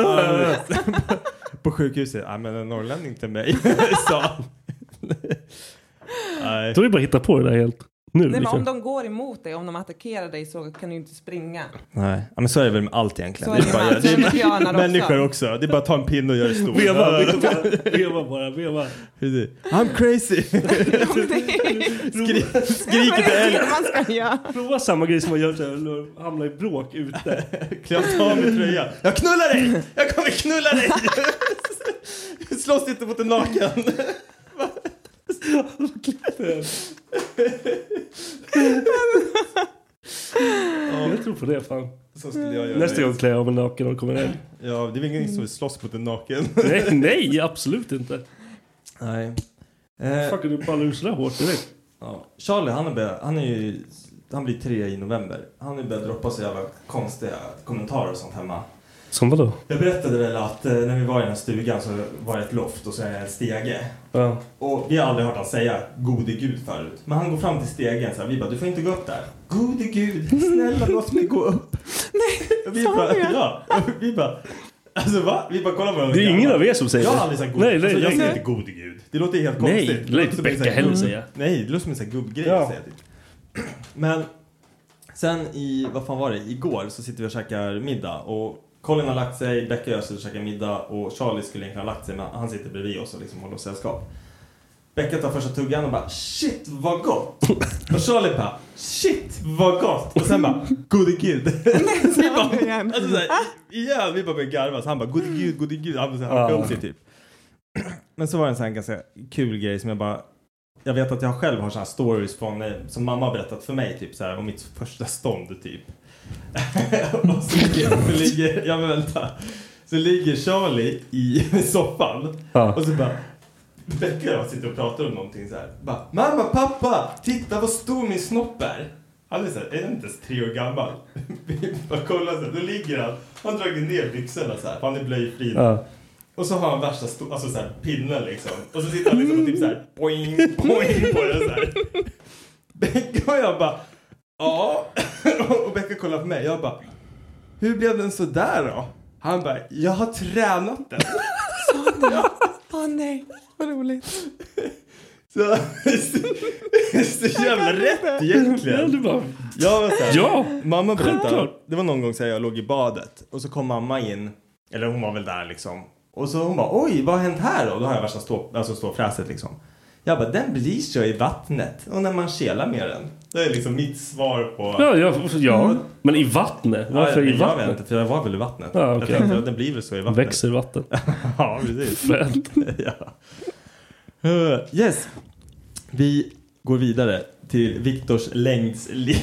S4: På sjukhuset, nej men en norrlänning till mig sa han. Nej.
S7: Då är det bara att hitta på det där helt. Nu
S8: Nej, men om
S7: liksom.
S8: de går emot dig, om de attackerar dig så kan du inte springa.
S4: nej. Ja, men så är det väl med allt egentligen.
S8: Så är det med
S4: bara-
S8: allt. Så är det med björnar också.
S4: människor också. Det är bara att ta en pinne och göra det stor.
S7: Veva, veva, veva bara, veva.
S4: Precis. I'm crazy! Skri skriker till
S8: det är
S4: älgen.
S8: det man ska göra.
S7: Prova samma grej som man gör så här, när man hamnar i bråk ute.
S4: Klä av mig tröjan. Jag knullar dig! Jag kommer knulla dig! Slåss inte mot en naken.
S7: Jag tror på det fan.
S4: Så skulle jag göra.
S7: Nästa gång klär jag mig naken och kommer hem.
S4: Ja, det är väl ingen som vill slåss mot en naken.
S7: Nej, nej, absolut inte.
S4: Nej. Eh,
S7: Fuck, du ballar ur sådär hårt direkt.
S4: ja. Charlie, han, är börjat, han, är ju, han blir tre i november. Han har ju börjat droppa så jävla konstiga kommentarer och sånt hemma.
S7: Som vadå?
S4: Jag berättade väl att eh, när vi var i den här stugan så var det ett loft och så är det en stege.
S7: Ja.
S4: Och vi har aldrig hört han säga gode gud förut. Men han går fram till stegen så här, vi bara du får inte gå upp där. Gode gud, snälla låt mig gå upp. Nej, vi
S8: sa
S4: bara,
S8: du det?
S4: ja, vi bara Alltså va? Vi bara kollar på varandra.
S7: Det är ingen av er som säger
S4: Jag har
S7: det.
S4: aldrig sagt god.
S7: Nej, nej,
S4: alltså, jag
S7: nej.
S4: säger inte gode gud. Det låter helt
S7: Nej,
S4: konstigt.
S7: det låter
S4: låter
S7: inte
S4: som en
S7: Becka
S4: sån här
S7: heller
S4: gud-
S7: säga.
S4: Nej, det låter som en sån här gubbgrej
S7: Ja.
S4: att säga typ. Men sen i, vad fan var det, igår så sitter vi och käkar middag och Colin har lagt sig, Becka och jag sitter och käkar middag och Charlie skulle egentligen ha lagt sig men han sitter bredvid oss och liksom håller oss sällskap. Becka tar första tuggan och bara shit vad gott! och Charlie bara shit vad gott! Och sen bara gode gud! vi bara,
S8: igen.
S4: alltså, så här, ja, vi bara började garva så han bara gode gud, gode gud. Han så här, hakade upp sig typ. Men så var det en sån här ganska kul grej som jag bara jag vet att jag själv har såna här stories från, eh, som mamma har berättat för mig, typ så här, om mitt första stånd, typ. och så ligger, så ligger, ja men vänta. Så ligger Charlie i soffan
S7: Ja.
S4: och så bara Becka och jag sitter och pratar om någonting så här. Bara, mamma, pappa, titta vad stor min snopp är. Han är så här, är den inte ens tre år gammal? Vi bara kollar så här, då ligger han, han drar ner byxorna så här, för han är blöjfri.
S7: Ja.
S4: Och så har han värsta stor, alltså så här, pinnen liksom. Och så sitter han liksom och typ så här, boing, boing på den så här. Becka och jag bara, ja. Och Becka kollar på mig, jag bara, hur blev den så där då? Han bara, jag har tränat den.
S8: Åh nej, vad roligt.
S4: Så, så, så jävla rätt egentligen.
S7: Du bara,
S4: Jag var så här,
S7: Ja,
S4: mamma berättade,
S7: självklart.
S4: det var någon gång så här, jag låg i badet och så kom mamma in, eller hon var väl där liksom. Och så hon bara, oj vad har hänt här då? Då har jag värsta stå, alltså ståfräset liksom. Jag bara, den blir så i vattnet och när man kelar med den. Det är liksom mitt svar på...
S7: ja, ja, ja. Men i vattnet? Varför
S4: Ja,
S7: i
S4: jag vet
S7: vattnet?
S4: inte, för jag var väl i vattnet.
S7: Ja, okej.
S4: Jag tänkte att den blir väl så i vattnet.
S7: Växer vatten.
S4: Ja, precis.
S7: Fränt.
S4: ja. Eh, Yes. Vi går vidare till Viktors längds li-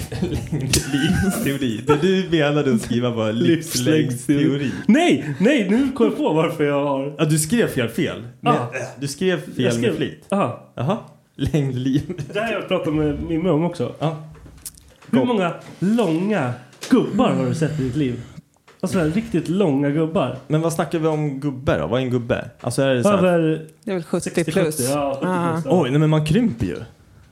S4: längdslivsteori. Det du menade att skriva var livslängdsteori.
S7: Nej, nej, nu kom jag på varför jag har...
S4: Ja, du skrev fel fel. Men,
S7: Ah.
S4: eh, Du skrev fel
S7: jag skrev-
S4: med flit.
S7: Aha.
S4: Jaha. Längdliv.
S7: Det här har jag pratat med Mimmi om också.
S4: Ja.
S7: Hur många långa gubbar har du sett i ditt liv? Alltså här, riktigt långa gubbar.
S4: Men vad snackar vi om gubbe då? Vad är en gubbe? Alltså är det så här...
S7: Över
S8: Det är väl 70
S7: 60-70.
S8: plus.
S7: Ja, 70 plus. ja.
S4: Oj, nej men man krymper ju.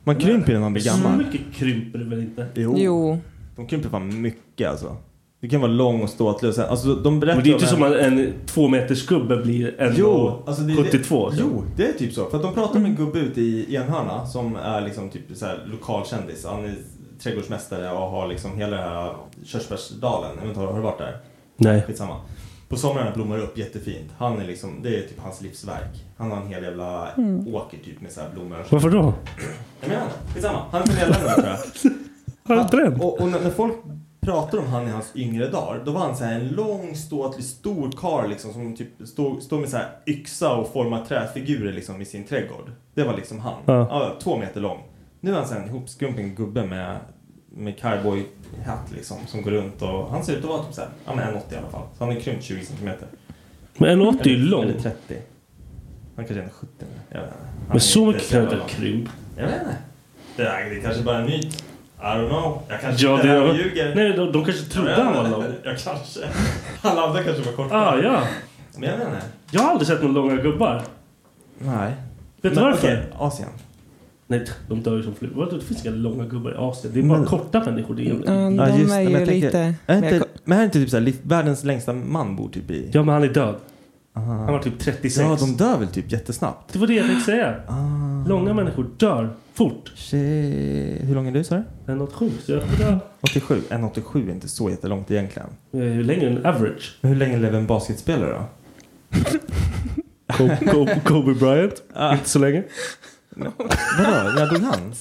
S4: Man krymper ju när man blir
S7: Så
S4: gammal.
S7: mycket krymper det väl inte?
S8: Jo.
S4: De krymper fan mycket alltså. Du kan vara lång och ståtlig. Alltså de berättar
S7: Men det är inte
S4: om en-
S7: som att en tvåmetersgubbe blir en
S4: Jo, alltså det,
S7: 72.
S4: Det, jo, det är typ så. För att de pratar om en gubbe ute i Enhörna som är liksom typ så här lokal kändis. Han är trädgårdsmästare och har liksom hela den här körsbärsdalen. Jag vet inte, har du varit där?
S7: Nej.
S4: Skitsamma. På somrarna blommar det upp jättefint. Han är liksom, det är typ hans livsverk. Han har en hel jävla åker typ med så här blommor. och så.
S7: Varför då?
S4: Jag menar, skitsamma. Han är från Irland tror jag.
S7: Har han bränd?
S4: Och, och när, när folk pratar om han i hans yngre dagar, då var han så här en lång, ståtlig, stor karl liksom som typ stod, stod med så här yxa och formar träfigurer liksom i sin trädgård. Det var liksom han.
S7: Ja.
S4: Ja, två meter lång. Nu är han så här en ihopskrumpen gubbe med, med cowboyhatt liksom som går runt och han ser ut att vara typ så här, ja men 1,80 i alla fall. Så han är krympt 20 centimeter.
S7: Men en 80 är ju lång.
S4: Eller 30. Han kanske är en 70 nu. Jag vet inte. Han är
S7: Men så
S4: inte
S7: mycket kan jag
S4: jävla
S7: inte
S4: lång.
S7: krympa.
S4: Jag vet inte. Det, där, det kanske bara är en myt. I don't know. Jag kanske
S7: Ja,
S4: Alltså, det här
S7: det,
S4: ljuger.
S7: nej, de, de kanske trodde han var lång.
S4: Ja, kanske. Alla andra kanske var korta.
S7: Ah, ja.
S4: Men jag vet inte.
S7: Jag har aldrig sett några långa gubbar.
S4: Nej.
S7: Vet du varför?
S4: Asien.
S7: Nej, de dör ju som flugor. Vadå, Det finns inga långa gubbar i Asien. Det är bara
S4: Men-
S7: korta människor. Det är...
S8: Ja, de är ju lite...
S4: är inte,
S8: mer-
S4: men här är inte typ såhär, liv- världens längsta man bor typ i...
S7: Ja, men han är död. Han var
S4: Aha.
S7: typ 36.
S4: Ja, de dör väl typ jättesnabbt?
S7: Det var det jag tänkte säga.
S4: Ah.
S7: Långa människor dör fort.
S4: Shit. Hur lång är du sa du?
S7: Det är något sjukt. Jag dör.
S4: 87. 1,87 är inte så jättelångt egentligen.
S7: Jag är ju eh, längre än average.
S4: Men hur länge lever en basketspelare då?
S7: Kobe, Bryant. Inte så länge.
S4: Vadå? När dog han?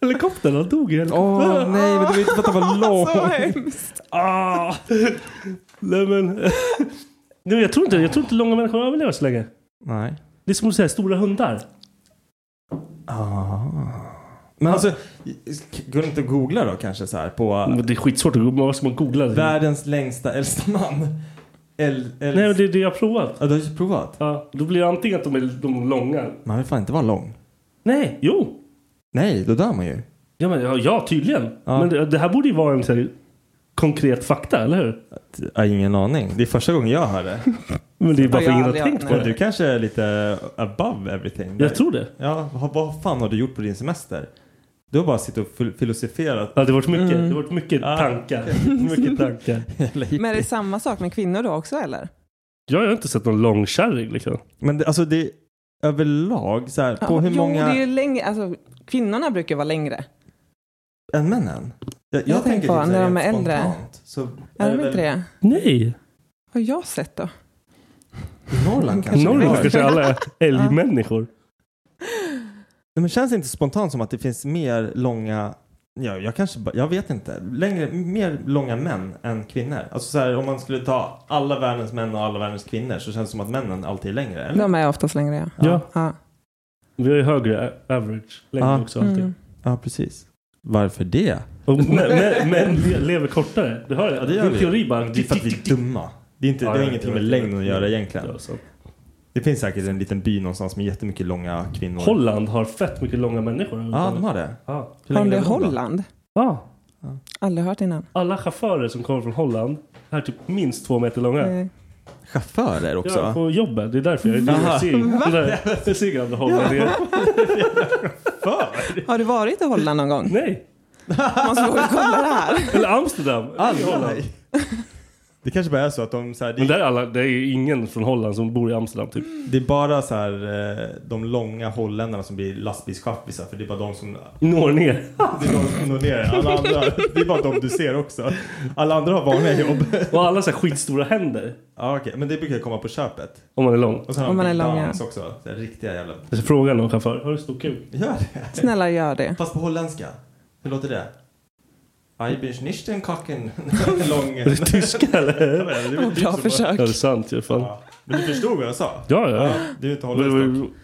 S7: Helikoptern, han dog i helikoptern.
S4: Åh nej, men det var inte för att han var
S8: Så
S4: lång.
S8: hemskt.
S7: Ah! Nej men... Nej, jag, tror inte, jag tror inte långa människor överlever så länge.
S4: Nej.
S7: Det är som att säga stora hundar.
S4: Ah. Men alltså, går det inte att googla då kanske så här på
S7: Men Det är skitsvårt att googla. Vad ska man googla? Nej,
S4: världens längsta äldsta man? El, el,
S7: men det är det jag har provat.
S4: Ja, du har ju provat.
S7: Ja, då blir det antingen att de är de långa.
S4: Man vill fan inte vara lång.
S7: Nej, jo.
S4: Nej, då dör man ju.
S7: Ja, men, ja, ja tydligen.
S4: Ja.
S7: Men det, det här borde ju vara en så här, konkret fakta, eller hur?
S4: Jag har ingen aning. Det är första gången jag hör det.
S7: Men det är bara
S8: Ja,
S7: för att ingen har
S8: aldrig-
S7: tänkt på
S8: nej.
S4: Men
S7: det.
S4: du kanske är lite above everything.
S7: Jag tror det.
S4: Ja, vad, vad fan har du gjort på din semester? Du har bara suttit och fil- filosoferat.
S7: Ja, det har varit mycket, det har varit mycket
S4: Ah,
S7: tankar. Mm. mycket tankar.
S8: Men är det samma sak med kvinnor då också eller?
S7: Jag har inte sett någon långkärring liksom.
S4: Men det, alltså det är överlag så här, på hur
S8: jo,
S4: många
S8: det är ju längre. Alltså, kvinnorna brukar vara längre.
S4: än männen? Jag, jag,
S8: tänker
S4: tänker
S8: på
S4: typ så
S8: när
S4: här
S8: de är
S4: rent
S8: äldre.
S4: spontant, Så
S8: Är de
S4: väl
S8: inte det?
S7: Nej.
S8: Har jag sett då?
S4: I Norrland kanske.
S7: Norrland
S4: det är.
S7: kanske alla är älgmänniskor.
S4: Nej, Men känns det inte spontant som att det finns mer långa Ja, jag kanske bara- jag vet inte. Längre, mer långa män än kvinnor. Alltså så här, om man skulle ta alla världens män och alla världens kvinnor så känns det som att männen alltid är längre. Eller?
S8: De är oftast längre ja.
S7: Ja.
S8: ja.
S7: Vi har ju högre average längd
S4: Ja.
S7: också alltid.
S8: Mm.
S4: Ja, precis. Varför det?
S7: Och män, män, män le- lever kortare. Det hör jag.
S4: Ja,
S7: det
S4: det gör
S7: Din
S4: vi.
S7: teori bara.
S4: Det är för att vi är dumma. Det, är inte,
S7: Ja,
S4: det har
S7: ja,
S4: ingenting
S7: jag
S4: med
S7: vet,
S4: längden att
S7: jag vet.
S4: göra egentligen.
S7: Ja, så.
S4: Det finns säkert en liten by någonstans med jättemycket långa kvinnor.
S7: Holland har fett mycket långa människor.
S4: Ja, de har det.
S7: Ja.
S4: Hur
S8: Har
S4: länge
S8: de det i
S4: lever då?
S8: Holland?
S7: Ja.
S8: Aldrig hört innan.
S7: Alla chaufförer som kommer från Holland är typ minst två meter långa.
S8: Eh,
S4: Chaufförer också?
S7: Ja,
S4: Ja,
S7: på jobbet. Det är därför jag är dyr. Jag ser gamla holländare.
S8: Har du varit i Holland någon gång?
S7: Nej.
S8: Måste gå och kolla det här.
S7: Eller Amsterdam. Det är Holland.
S4: Aldrig. Det kanske bara är så att de så här, det,
S7: Men där är alla, det är ju ingen från Holland som bor i Amsterdam typ.
S4: det är bara så här eh, de långa holländarna som blir lastbilschaffisar för det är bara de som
S7: Når ner.
S4: det är de som når ner. Alla andra, det är bara de du ser också. Alla andra har vanliga jobb.
S7: Och alla så här skitstora händer.
S4: Ja, okej. Men det brukar komma på köpet.
S7: Om man är lång.
S4: Och sen har
S8: Om
S4: de
S8: man är
S4: big
S8: lång, ja.
S4: downs också. Så här, riktiga jävla...
S7: Jag ska fråga någon chaufför. Har du stor kuk?
S4: Gör det.
S8: Snälla gör det.
S4: Fast på holländska. Hur låter det? I bin nicht den kacken. Lång...
S7: Är det tyska eller?
S4: Det är väl
S8: Bra
S4: typ som-
S8: försök.
S7: Ja, det är sant i alla fall.
S4: Ja. Men du förstod vad jag sa?
S7: Ja, ja.
S4: Ja,
S7: ja.
S4: det är ju inte
S7: Men det var
S4: holländskt.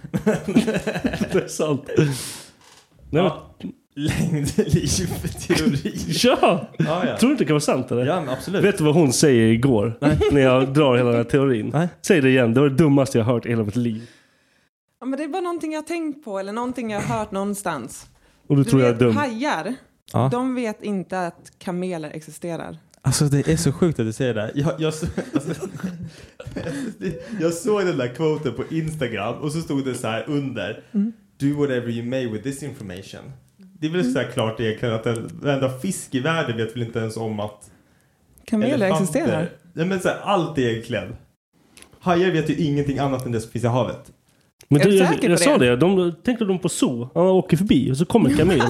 S7: ju- Det är sant. Nej, men,
S4: Ja. Längdlivteori.
S7: ja.
S4: Ja, ja.
S7: Tror du inte det kan vara sant eller?
S4: Ja, men absolut.
S7: Vet du vad hon säger igår? När jag drar hela den här teorin.
S4: Nej.
S7: Säg det igen. Det var det dummaste jag har hört i hela mitt liv.
S8: Ja, men det är bara någonting jag har tänkt på eller någonting jag har hört någonstans.
S7: Och du, tror jag är
S8: vet,
S7: dum.
S8: hajar,
S4: Ja.
S8: de vet inte att kameler existerar.
S4: Alltså det är så sjukt att du säger det. Jag, jag, så- alltså, det- jag såg den där quoten på Instagram och så stod det så här under. Do whatever you may with this information. Det är väl så här klart egentligen att en varenda fisk i världen vet väl inte ens om att
S8: Kameler
S4: elefanter-
S8: existerar.
S4: Nej men så här, allt egentligen. Hajar vet ju ingenting annat än det som finns i havet.
S7: Men
S8: Är
S7: du,
S8: du
S7: jag,
S8: säker på
S7: jag
S8: det?
S7: sa det, de, tänkte de på zoo. Han åker förbi och så kommer en kamel.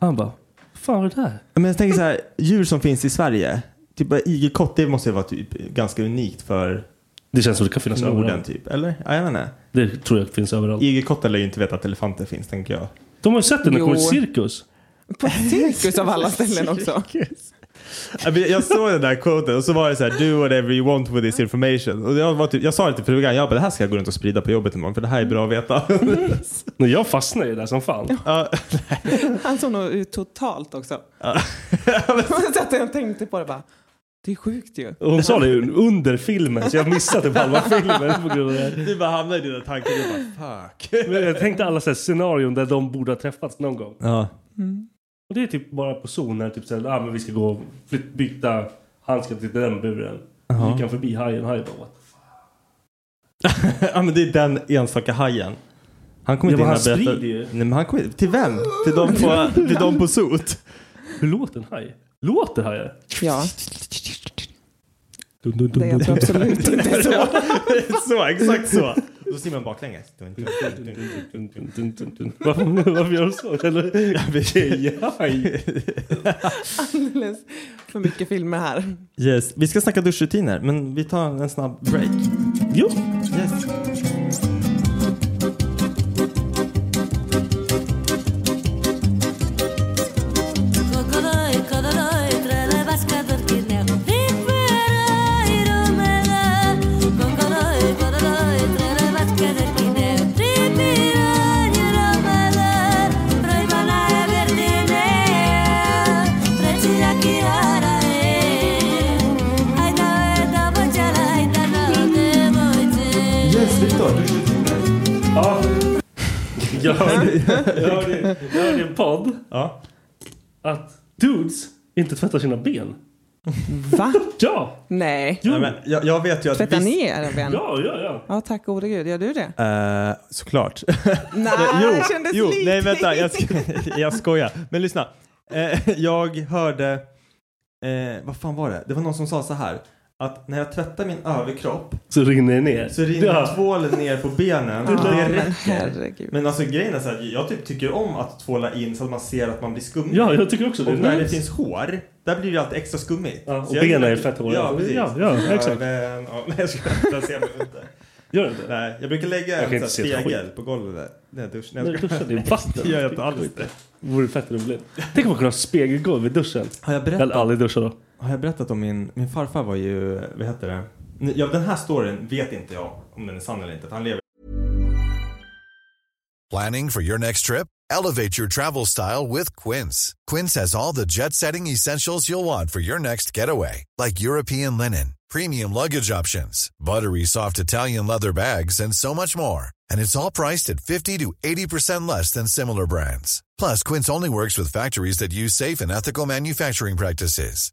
S7: Han bara, fan vad är det där?
S4: Men jag tänker så här, djur som finns i Sverige. Typ igelkott, det måste ju vara typ ganska unikt för
S7: Det känns som det kan finnas
S4: Norden
S7: överallt.
S4: typ. Eller? Ja, jag vet inte.
S7: Det tror jag finns överallt.
S4: Igelkottar lär ju inte veta att elefanter finns, tänker jag.
S7: De har ju sett den när det kommer
S8: Jo.
S7: cirkus.
S8: På cirkus av alla ställen också.
S4: Ja, men Jag såg den där quoten och så var det så här, do whatever you want with this information. Och jag, var typ, jag sa det till frugan, jag bara, det här ska jag gå runt och sprida på jobbet imorgon för det här är bra att veta.
S7: Men jag fastnar ju där som fan.
S4: Ja,
S8: Han såg nog ut totalt också. Så att jag tänkte på det bara. Det är sjukt ju.
S7: Och Hon sa det ju under filmen så jag missade typ halva filmen. På grund av det.
S4: du bara hamnar i dina tankar och du bara, fuck.
S7: Men jag tänkte alla så här scenarion där de borde ha träffats någon gång.
S4: Ja.
S7: Och det är typ bara på zoner, typ såhär, ah, men vi ska gå och flytt, byta handskar till den buren. Så gick han förbi hajen, hajen bara what?
S4: ja, men det är den enstaka hajen. Han kommer
S7: Ja,
S4: inte
S7: men
S4: hinna
S7: han
S4: berätta.
S7: sprider ju.
S4: Nej, men han kommer Till vem? Till de på, till de på sot?
S7: Hur låter en haj? Låter hajar?
S8: Ja, det är alltså- jag absolut inte så.
S4: så, exakt så. Då simmar man baklänges.
S7: Varför, varför gör de så? Eller? Tjejhaj?
S8: Alldeles för mycket filmer här.
S4: Yes. Vi ska snacka duschrutiner, men vi tar en snabb break.
S7: Jo!
S4: Yes.
S5: Ripiraj romele, broj banaj
S7: Jag hörde, jag hörde, jag hörde i en podd
S4: Ja.
S7: att dudes inte tvättar sina ben.
S8: Va?
S7: Ja!
S8: Nej.
S7: Jo.
S4: Nej, men jag, jag vet ju att...
S8: Tvätta
S4: visst-
S8: ner era ben.
S7: Ja, ja, ja.
S8: Ja, tack gode gud. Gör du det?
S4: Eh, såklart.
S8: Nej, Ah, det kändes
S4: jo,
S8: lite.
S4: nej vänta, jag, sk jag skojar. Men lyssna. Eh, jag hörde, eh, vad fan var det? Det var någon som sa så här, att när jag tvättar min överkropp
S7: Så rinner det ner.
S4: så rinner
S7: ja.
S4: tvålen ner på benen.
S8: Ja,
S4: det
S8: men
S4: räcker.
S8: herregud.
S4: Men alltså grejen är så här, jag typ tycker om att tvåla in så att man ser att man blir skummig.
S7: ja, jag tycker också det.
S4: och när det
S7: Nice.
S4: finns hår, där blir det alltid extra skummigt.
S7: Ja, och
S4: Så jag
S7: benen
S4: gillar-
S7: är fett håriga.
S4: Ja, precis.
S7: Ja, ja, exakt.
S4: men, ja, nej, jag skojar. Där ser man ju inte.
S7: Gör det inte?
S4: Nej, jag brukar lägga
S7: Jag kan
S4: en
S7: inte
S4: sån
S7: se
S4: här
S7: ett
S4: spegel på golvet. där. Nej, dusch. Nej,
S7: När
S4: jag
S7: du
S4: skojar.
S7: duschar, det är vatten.
S4: Det gör jag inte alls inte.
S7: Vore fett roligt. Tänk om man kunde ha spegelgolv i duschen.
S4: Har jag
S7: Jag hade
S4: berättat,
S7: aldrig duschat då.
S4: har jag berättat om min, min farfar var ju, vad heter det? Nu- Ja, den här storyn vet inte jag om den är sann eller inte. För han lever
S9: Planning for your next trip? Elevate your travel style with Quince. Quince has all the jet setting essentials you'll want for your next getaway, like European linen, premium luggage options, buttery soft Italian leather bags, and so much more. And it's all priced at 50 to 80% less than similar brands. Plus, Quince only works with factories that use safe and ethical manufacturing practices.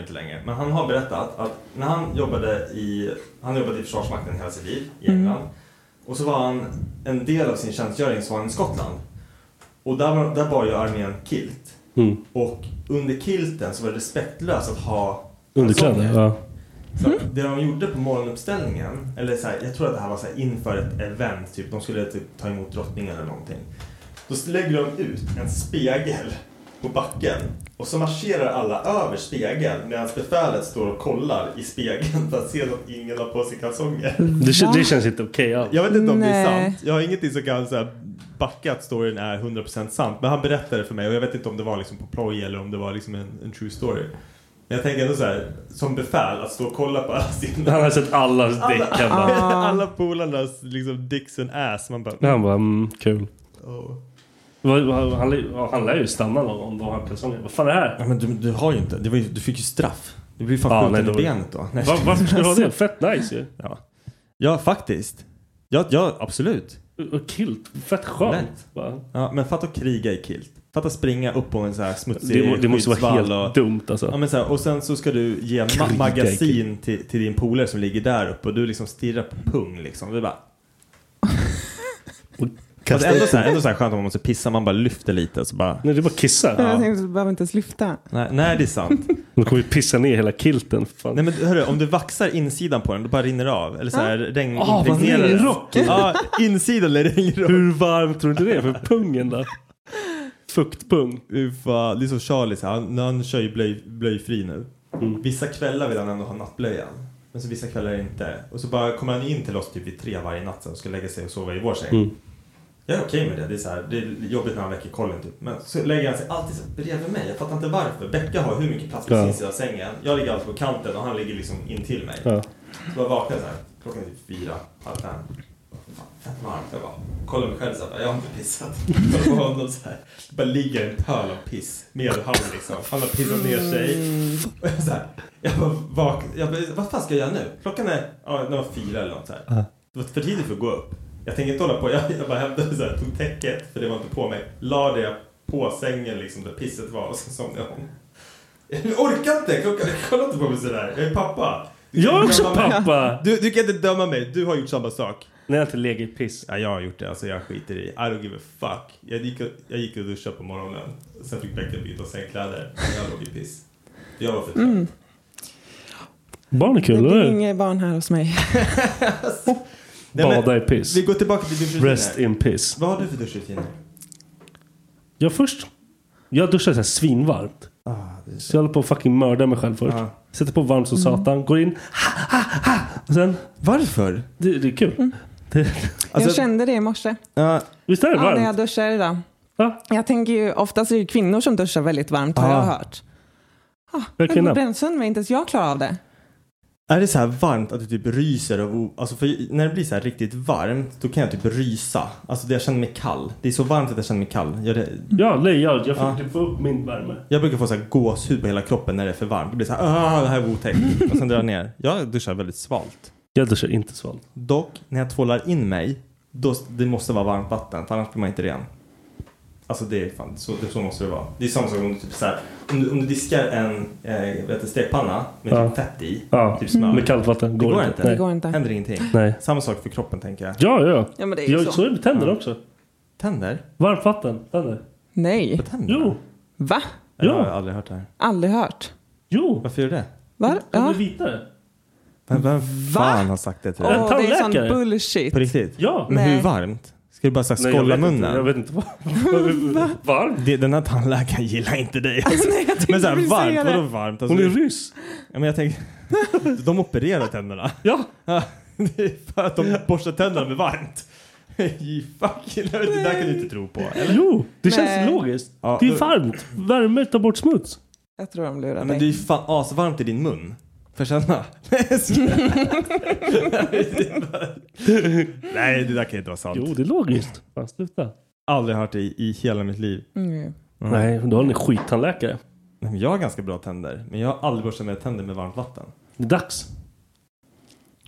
S4: inte längre. Men han har berättat att när han jobbade i, han jobbade i Försvarsmakten hela sitt liv i
S7: Mm.
S4: England. Och så var han, en del av sin tjänstgöring så var han i Skottland. Och där, var- där bar ju armén kilt.
S7: Mm.
S4: Och under kilten så var det respektlöst att ha
S7: Underkläder.
S4: kalsonger.
S7: Ja.
S4: Så det de gjorde på morgonuppställningen, eller så här, jag tror att det här var så här inför ett event, typ, de skulle typ ta emot drottningen eller någonting. Då lägger de ut en spegel på backen och så marscherar alla över spegeln medan befälet står och kollar i spegeln för att se att ingen har på sig kalsonger.
S7: Det, kän- det känns inte okej alls.
S4: Jag vet inte om det är
S8: Nej.
S4: sant. Jag har ingenting som kan så här, backa att storyn är 100% sant. Men han berättade det för mig och jag vet inte om det var liksom på ploj eller om det var liksom en, en true story. Men jag tänker ändå så här, som befäl att stå och kolla på alla sina
S7: Han har sett allas däck. Han bara,
S4: alla polarnas liksom Dixon ass. Man bara...
S7: han bara mm, kul.
S4: Oh.
S7: Vad- vad- Han, lär- ja, han lär ju stanna någon om de har kalsonger. Vad fan är det här?
S4: Ja, men du, du har ju inte. Det var ju, du fick ju straff. Du blev ju fan
S7: Ja, nej,
S4: skjuten
S7: det
S4: i
S7: var ju-
S4: benet då. Nej.
S7: Va, varför ska du ha det?
S4: Alltså-
S7: Fett nice ju.
S4: Ja. ja, faktiskt. Ja, ja absolut.
S7: Och kilt. Fett skönt.
S4: Lätt.
S7: Bara.
S4: Ja, men fatta att kriga i kilt. Fatta att springa upp på en så här smutsig
S7: Det, det måste vara
S4: skyddsvall
S7: helt
S4: och,
S7: dumt
S4: ja,
S7: alltså.
S4: men så här, Och sen så ska du ge
S7: Kriga
S4: ma-
S7: i
S4: magasin till, till din polare som ligger där uppe och du liksom stirrar på pung liksom. Det är bara... Fast ändå, så här, ändå så här skönt om man måste pissa, man bara lyfter lite så bara...
S7: Nej, det är bara att kissa.
S8: Jag tänkte, du behöver inte ens lyfta.
S4: Nej, nej det är sant.
S7: De kommer ju pissa ner hela kilten. för Fan.
S4: Nej men hörru, om du vaxar insidan på den då bara rinner det av. Eller såhär regn...
S7: Ah, vad
S4: regnerar det.
S7: regnrock!
S4: Ja, insidan är regnrock.
S7: Hur varmt tror du inte det är för pungen då? Fuktpung.
S4: Uff, vad- det är som Charlie så här, han, han kör ju blöj, blöjfri nu.
S7: Mm.
S4: Vissa kvällar vill han ändå ha nattblöjan. Men så vissa kvällar inte. Och så bara kommer han in till oss typ vid tre varje natt sen och ska lägga sig och sova i vår säng.
S7: Mm.
S4: Jag är okej med det. Det är, så här, det är jobbigt när han väcker kollen typ. Men så lägger han sig alltid så här bredvid mig. Jag fattar inte varför. Becka har hur mycket plats på
S7: Ja.
S4: sin sida av sängen. Jag ligger alltid på kanten och han ligger liksom intill mig.
S7: Ja.
S4: Så jag vaknade så här, klockan är typ fyra, halv fem. Fan, Fett varmt. Jag bara kollar mig själv så här, bara, jag har inte pissat. Kollar på honom så här. Det bara ligger en pöl av piss med han liksom. Han har pissat ner sig. Och jag så här, jag bara vaknar. Jag bara, vad fan ska jag göra nu? Klockan är, ja, det var fyra eller något så här. Det var för tidigt för att gå upp. Jag tänker inte hålla på. Jag, jag bara hämtade så här, tog täcket, för det var inte på mig. La det på sängen liksom där pisset var och sen somnade jag om. Jag orkar inte! Klockan, kolla inte på mig sådär. Jag är pappa. Du kan
S7: Jag är
S4: inte
S7: också
S4: döma mig.
S7: pappa!
S4: Du, du kan inte döma mig, du har gjort samma sak.
S7: Nej, jag har inte legat i piss.
S4: Ja, jag har gjort det, alltså jag skiter i. I don't give a fuck. Jag gick och, jag gick och duschade på morgonen. Sen fick Becka byta sängkläder. Jag låg i piss. Jag var för trött.
S7: Barn är
S8: Det
S7: kul,
S8: blir
S7: eller
S8: inga barn här hos mig.
S4: Nej, men-
S7: Bada i piss.
S4: Vi går tillbaka till
S7: Rest
S4: duschrutiner.
S7: in piss.
S4: Vad har du för duschrutiner?
S7: Jag först Jag duschar så här svinvarmt.
S4: Ah,
S7: så jag håller på att fucking mörda mig själv först. Sätter på varmt som
S4: Mm.
S7: satan. Går in. Ha, ha, ha, och sen.
S4: Varför?
S7: Det, det är kul.
S4: Mm.
S7: Det,
S4: Alltså-
S8: jag kände det i morse.
S7: Visst är det
S8: Ja, när jag
S7: varmt?
S8: duschar idag. Jag tänker ju, oftast är det ju kvinnor som duschar väldigt varmt har
S4: Ja.
S8: jag hört. Ah, jag
S4: Verkligen.
S8: brände mig, inte ens jag klarar av det.
S4: Är det så här varmt att du typ ryser av o- Alltså för när det blir så här riktigt varmt då kan jag typ rysa. Alltså det- jag känner mig kall. Det är så varmt att jag känner mig kall. Jag, det,
S7: Ja, nej, jag, jag fick
S4: Ja.
S7: typ få upp min värme.
S4: jag brukar få så här gåshud på hela kroppen när det är för varmt. Det blir så här ah, det här är otäckt. Och sen drar jag ner. Jag duschar väldigt svalt.
S7: Jag duschar inte svalt.
S4: Dock, när jag tvålar in mig, då, det måste vara varmt vatten för annars blir man inte ren. Alltså det är fan, så, det, så måste det vara. Det är samma sak om du typ så här, om du, om du diskar en eh, vet du, stekpanna med
S7: Ja.
S4: typ fett i,
S7: Ja.
S4: typ smör.
S7: Mm. Med kallt vatten,
S4: det
S7: går
S4: går
S7: inte.
S4: inte.
S7: Nej. Det går
S8: inte.
S4: Händer ingenting.
S7: Nej.
S4: Samma sak för kroppen tänker jag.
S7: Ja, ja.
S8: Ja, men det är ju
S7: jag,
S8: så.
S7: så är det med tänder
S4: Ja.
S7: också.
S4: Tänder?
S7: Varmt vatten. Tänder.
S8: Nej.
S7: Jo.
S8: Va?
S4: Jag har aldrig hört det här.
S8: Aldrig hört.
S7: Jo.
S4: Varför gör du det?
S8: Var?
S7: De
S8: Ja.
S7: blir vitare.
S4: Vem, vem fan har sagt det till dig?
S8: Åh, det är sån bullshit.
S4: På riktigt?
S7: Ja.
S4: Men
S8: Nej.
S4: hur varmt? Ska du bara så här,
S7: Nej, jag
S4: skålla
S7: vet inte.
S4: munnen?
S7: Jag vet inte vad. Varmt?
S4: Det, den här tandläkaren gillar inte dig. Alltså.
S8: Nej, jag tänkte
S4: men så här,
S8: precis
S4: varmt,
S8: säga det.
S4: vadå varmt? Alltså,
S7: Hon är ryss.
S4: Ja, men jag tänker, de opererar tänderna.
S7: Ja.
S4: det är för att de borstar tänderna med varmt. You fucking, det där kan du inte tro på. Eller?
S7: Jo, det känns
S8: Nej.
S7: logiskt.
S4: Ja.
S7: Det är varmt. Värme tar bort smuts.
S8: Jag tror de lurar
S4: Ja,
S8: dig.
S4: men det är ju fan asvarmt i din mun. Får jag känna? Nej, det där kan inte vara sant.
S7: Jo, det är logiskt. Fan, sluta.
S4: Aldrig hört det i, i hela mitt liv.
S8: Mm.
S4: Mm.
S7: Nej, då har ni skittandläkare.
S4: Nej, men Jag har ganska bra tänder, men jag har aldrig borstat mina tänder med varmt vatten.
S7: Det är dags.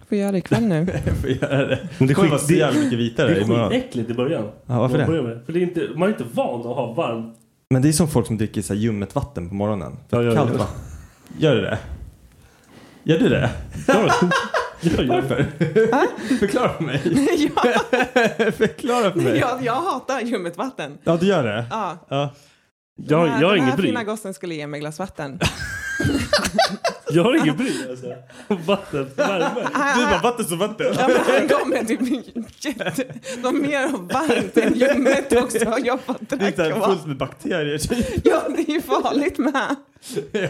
S8: Får jag göra det ikväll nu?
S4: Jag får göra det.
S7: Men det är
S4: kommer
S7: skit-
S4: vara så jävla mycket
S7: Det
S4: vitare
S7: är
S4: imorgon.
S7: skitäckligt i början.
S4: Ja, varför
S7: Man
S4: det?
S7: börjar med För det är inte, man är inte van att ha varmt.
S4: Men det är som folk som dricker så här ljummet vatten på morgonen.
S7: Ja, gör
S4: Kallt
S7: det.
S4: vatten. Gör du det? Gör du det?
S7: Ja, ja, ja.
S4: Varför? Förklara för mig.
S8: ja,
S4: Förklara för mig.
S8: jag, jag hatar ljummet vatten.
S4: Ja, du gör det?
S8: Ja.
S4: Ja.
S7: Jag, jag har
S8: den
S7: inget
S8: här
S7: bry.
S8: fina gossen skulle ge mig ett glas vatten.
S7: Jag har inget bry. Alltså. Vatten, värme.
S4: Du bara vatten som vatten.
S8: Ja, men han gav mig typ jätte... Det var mer varmt än ljummet också. Jag bara
S4: Det är
S8: drack
S4: så här
S8: vatten.
S4: fullt Alltså, med bakterier. typ.
S8: Ja, det är ju farligt med.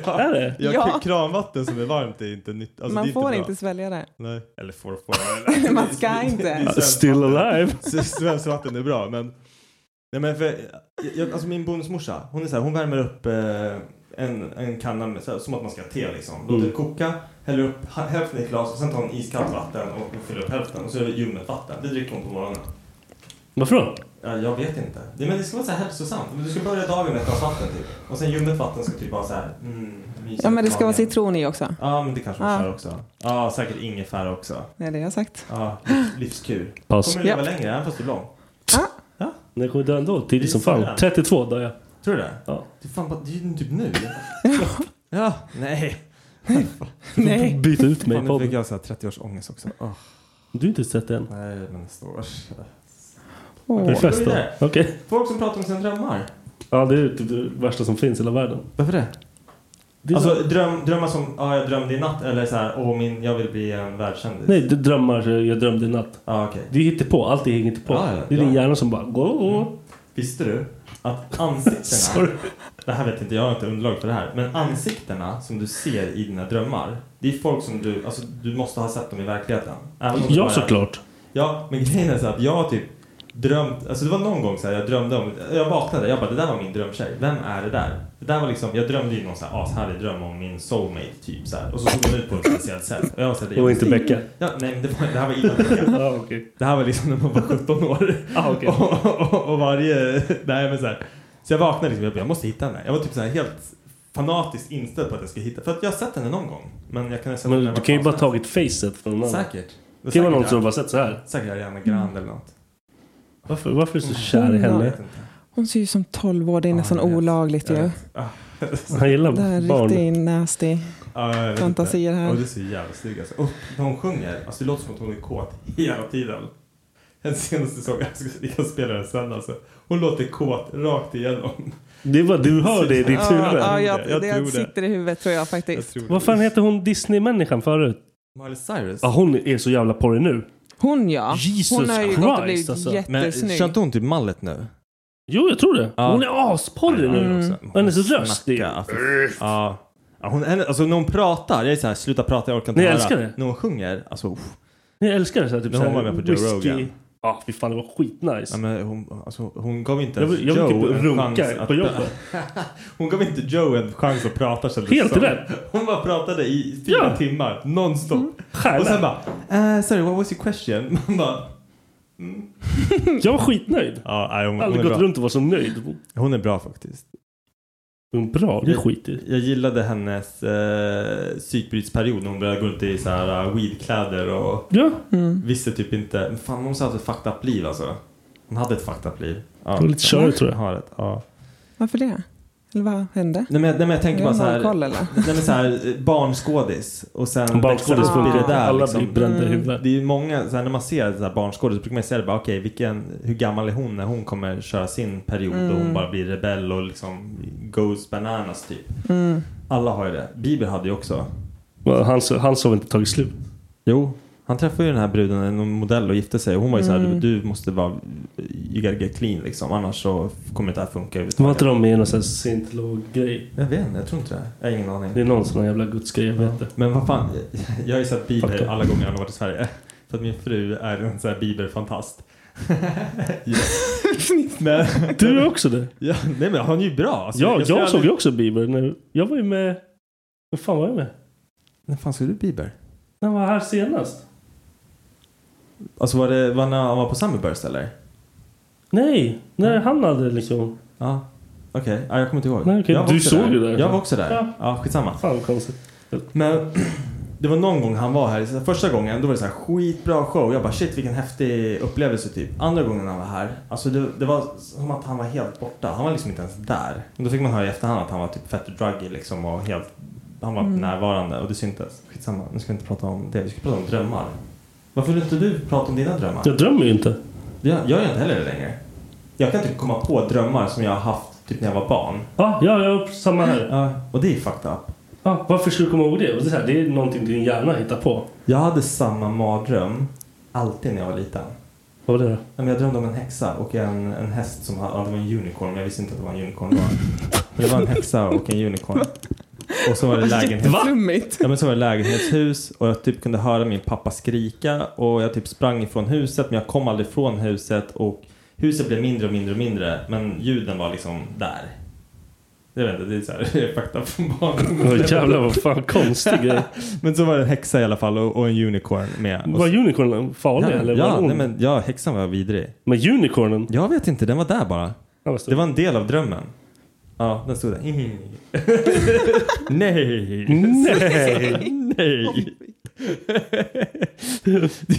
S4: ja.
S7: Är det?
S4: Jag,
S8: Ja.
S4: Kranvatten som är varmt är inte nytt. Alltså, det
S8: Man
S4: är
S8: får
S4: bra.
S8: inte svälja det.
S4: Nej. Eller får och får.
S8: Man ska inte.
S7: Still alive.
S4: Så Svenskt vatten är bra men... Nej men för, jag, alltså min bonusmorsa, hon är så här, hon värmer upp eh, en, en kanna med, så här, som att man ska ha te liksom. Låter
S7: Mm.
S4: det koka, häller upp ha- hälften i ett glas och sen tar hon iskallt vatten och fyller upp hälften och så är det ljummet vatten. Det dricker hon på morgonen.
S7: Varför då?
S4: Ja, jag vet inte. Det, men det ska vara så här hälsosamt. Men du ska börja dagen med ett glas vatten typ. Och sen ljummet vatten ska typ vara så här, mm, mysigt
S8: Ja, men det ska vara
S4: magen.
S8: citron i också.
S4: Ja men det kanske man
S8: Ja.
S4: kör också. Ja säkert ingefära också.
S8: Det är det jag har sagt.
S4: Ja, livs- livskul.
S7: Pass.
S4: Kommer du leva
S8: Ja.
S4: längre även fast du är lång?
S7: Nej, jag kommer dö ändå.
S4: Det är
S7: Tidigt som fan.
S4: sådär.
S7: 32 dör jag.
S4: Tror du det?
S7: Ja.
S4: Det är fan bara, det är ju typ nu. ja, nej.
S8: Nej.
S7: Byt ut mig i
S4: Fan, nu fick
S7: podden.
S4: jag så här 30-årsångest också. Åh,
S7: Du är inte sett än.
S4: nej, men nästa år.
S7: Är det fest då?
S4: Vidare.
S7: Okej.
S4: Folk som pratar om sina drömmar.
S7: Ja, det är typ det värsta som finns i hela världen.
S4: Varför det?
S7: Det är
S4: alltså
S7: så-
S4: dröm, drömmar som, ja jag drömde i natt eller så här, åh min, jag vill bli en världskändis.
S7: Nej, du drömmar. eh, Jag drömde i natt.
S4: Ja, okej.
S7: Det hittar på. Allt är hittar på.
S4: Ja, ja,
S7: det är din
S4: ja. Mm.
S7: hjärna som bara... Go.
S4: Visste du att ansiktena,
S7: Sorry.
S4: det här vet inte jag, har inte underlag för det här, men ansiktena som du ser i dina drömmar, det är folk som du, alltså du måste ha sett dem i verkligheten. Även om det
S7: Ja,
S4: bara är-
S7: såklart.
S4: Ja, men grejen är så att jag har typ drömt, alltså det var någon gång så här, jag drömde om, jag vaknade, jag bara det där var min drömtjej, vem är det där? Det där var liksom, jag drömde ju någon så här ashärlig dröm om min soulmate typ så här. och så såg hon ut på ett speciellt sätt. Och jag var så här,
S7: Det var inte Becka.
S4: Ja, nej men det, var, det här var innan Becka.
S7: Ja, okej.
S4: Det här var liksom när man var 17 år.
S7: Ah, okej.
S4: och, och, och varje, nej men så här. Så jag vaknade liksom, jag bara, jag måste hitta henne. Jag var typ så här helt fanatiskt inställd på att jag ska hitta, för att jag har sett henne någon gång. Men jag kan nästan
S7: Men du kan ju bara tagit facet från någon annan.
S4: Säkert.
S7: Det kan vara någon som bara sett så här.
S4: Säkert Ariana Grande eller något.
S7: Varför, varför är du så
S4: Mm.
S7: kär i henne?
S8: Hon ser ju som 12 år. Det är
S4: Ja,
S8: nästan
S4: jag vet.
S8: olagligt
S4: Jag
S8: ju.
S4: vet. Ah,
S7: Han gillar
S8: Det här är
S7: barn.
S8: riktigt nasty.
S4: ja, jag vet inte.
S8: Fantasier här.
S4: Och det är så jävla snygg alltså. Och när hon sjunger, alltså det låter som att hon är kåt hela tiden. Den senaste sången, jag ska- jag kan spela den sen alltså. Hon låter kåt rakt igenom.
S7: Det är bara du hör det i ditt
S8: Ja,
S7: huvud.
S8: ja,
S4: Jag
S8: jag,
S4: tror
S8: det
S4: det.
S8: sitter i huvudet tror jag
S4: Jag
S8: faktiskt.
S4: tror det.
S7: Vad fan heter hon Disney-människan förut?
S4: Miley Cyrus?
S7: Ja, hon är så jävla porrig nu.
S8: Hon ja.
S7: Jesus
S8: hon har ju gått och
S7: Christ,
S8: blivit
S7: alltså.
S8: jättesnygg.
S4: hon typ mallet nu?
S7: Jo, jag tror det.
S4: Ja.
S7: Hon är asporrig nu.
S4: Mm.
S7: Och Hennes röst.
S4: Snacka, alltså. Ja. Ja, hon, henne- alltså när hon pratar, jag är såhär, sluta prata, jag orkar inte
S7: Nej, jag
S4: höra.
S7: älskar det.
S4: När hon sjunger, alltså uff.
S7: Jag älskar det. Så här, typ,
S4: När
S7: så
S4: hon
S7: här,
S4: var med på Joe
S7: whisky.
S4: Rogan.
S7: Ja, fy fan det var skitnice.
S4: Ja, men hon, alltså, hon gav inte
S7: Jag
S4: ens
S7: vill- jag vill
S4: Joe
S7: typ
S4: en
S7: runka
S4: chans
S7: på
S4: att-
S7: jobbet.
S4: Hon gav inte Joe en chans att prata kändes
S7: Helt
S4: som.
S7: rätt.
S4: Hon bara pratade i fyra
S7: Ja. Mm.
S4: timmar nonstop. Och sen bara, eh, sorry what was your question? Man bara, "Mm."
S7: Jag var skitnöjd.
S4: ja, nej, hon,
S7: Jag har aldrig
S4: hon är
S7: gått
S4: bra.
S7: runt och varit så nöjd.
S4: Hon är bra faktiskt.
S7: Hon är bra, det skiter
S4: jag, jag gillade hennes eh, psykbrytsperiod när hon började gå runt i så här eh, weedkläder och
S7: Ja.
S8: Mm.
S4: visste typ inte. Men fan hon måste ha haft ett fucked up liv alltså. Hon hade ett fucked up liv. Ja.
S7: Hon var lite körig, tror jag.
S4: Har ett, ja.
S8: Varför det? Eller vad hände?
S4: Nej men, nej, men jag tänker
S8: Är det
S4: bara så här,
S8: nollkoll,
S4: nej,
S8: eller?
S4: men så här eh, barnskådis och sen
S7: Barnskådis
S4: växa upp i
S7: funkar.
S4: det där,
S7: Alla blir brända i
S4: Mm.
S7: huvudet.
S4: Det är ju många, så här, när man ser så här barnskådis så brukar man säga det bara okej vilken, hur gammal är hon när hon kommer köra sin period och hon
S8: Mm.
S4: bara blir rebell och liksom goes bananas typ.
S8: Mm.
S4: Alla har ju det. Bieber hade ju också.
S7: Well, hans, hans har väl inte tagit slut?
S4: Jo, han träffade ju den här bruden, en modell och gifte sig. Hon var ju så såhär,
S7: Mm.
S4: du, du måste vara, you gotta get clean liksom. Annars så kommer det här funka
S7: Var inte
S4: överhuvudtaget.
S7: de med i någon sån här scientolog-grej?
S4: Jag vet inte, jag tror inte det. Jag har ingen aning.
S7: Det är någon sån här jävla gudsgrej, jag vet det.
S4: Men vad fan, jag har ju sett
S7: Fuck
S4: Bieber
S7: it.
S4: alla gånger han har varit i Sverige. För att min fru är en sån här Bieber-fantast. men,
S7: Du är också det.
S4: ja, nej men han är ju bra. Alltså, skulle
S7: ja, jag, såg ju
S4: aldrig-
S7: också Bieber. När jag var ju med... När fan var jag med?
S4: När fan såg du Bieber?
S7: När han var här senast?
S4: Alltså var det var när han var på Summerburst eller?
S7: Nej, när han hade liksom...
S4: Ja, okej. Ja, jag kommer inte ihåg.
S7: Nej, okej.
S4: Jag var
S7: Du
S4: också
S7: såg
S4: där.
S7: ju det.
S4: Jag var också där.
S7: Ja.
S4: Ja, skitsamma.
S7: Fan vad konstigt.
S4: Men det var någon gång han var här, så här, första gången då var det så här skitbra show. Jag bara shit vilken häftig upplevelse typ. Andra gången han var här, alltså det, det var som att han var helt borta. Han var liksom inte ens där. Men då fick man höra i efterhand att han var typ fett druggy liksom och helt, han var
S8: Mm.
S4: närvarande och det syntes. Skitsamma, nu ska vi inte prata om det. Vi ska prata om drömmar. Varför vill inte du prata om dina drömmar?
S7: Jag drömmer ju inte.
S4: Jag, jag gör inte heller det längre. Jag kan inte komma på drömmar som jag har haft typ när jag var barn.
S7: Ja, ja, ja samma här.
S4: Ja, och det är fucked up.
S7: Ja, Ah, varför skulle du komma ihåg det? Det är, så här, det är någonting din hjärna hittar på.
S4: Jag hade samma mardröm alltid när jag var liten.
S7: Vad var det då?
S4: Ja, men Jag drömde om en häxa och en, en häst som hade, ja, det var en unicorn, men jag visste inte att det var en unicorn. Bara. Men det var en häxa och en unicorn. Och så var det lägenhet.
S8: Jätteflummigt.
S4: Ja, men så var det lägenhetshus och jag typ kunde höra min pappa skrika och jag typ sprang ifrån huset men jag kom aldrig från huset och huset blev mindre och mindre och mindre men ljuden var liksom där. Jag vet inte, det är så här, det är fakta från
S7: Åh,
S4: barndomen.
S7: jävlar vad fan konstig grej.
S4: Men så var det en häxa i alla fall och, och en unicorn med. Och
S7: Var unicornen farlig
S4: ja,
S7: eller var
S4: ja,
S7: den
S4: nej,
S7: ond?
S4: men, ja, häxan var vidrig.
S7: Men unicornen?
S4: Jag vet inte, den var där bara.
S7: Ja, vad stod
S4: Det var en del av drömmen. Ja, den stod där.
S7: Mm.
S4: Nej!
S7: Nej.
S4: Nej! Det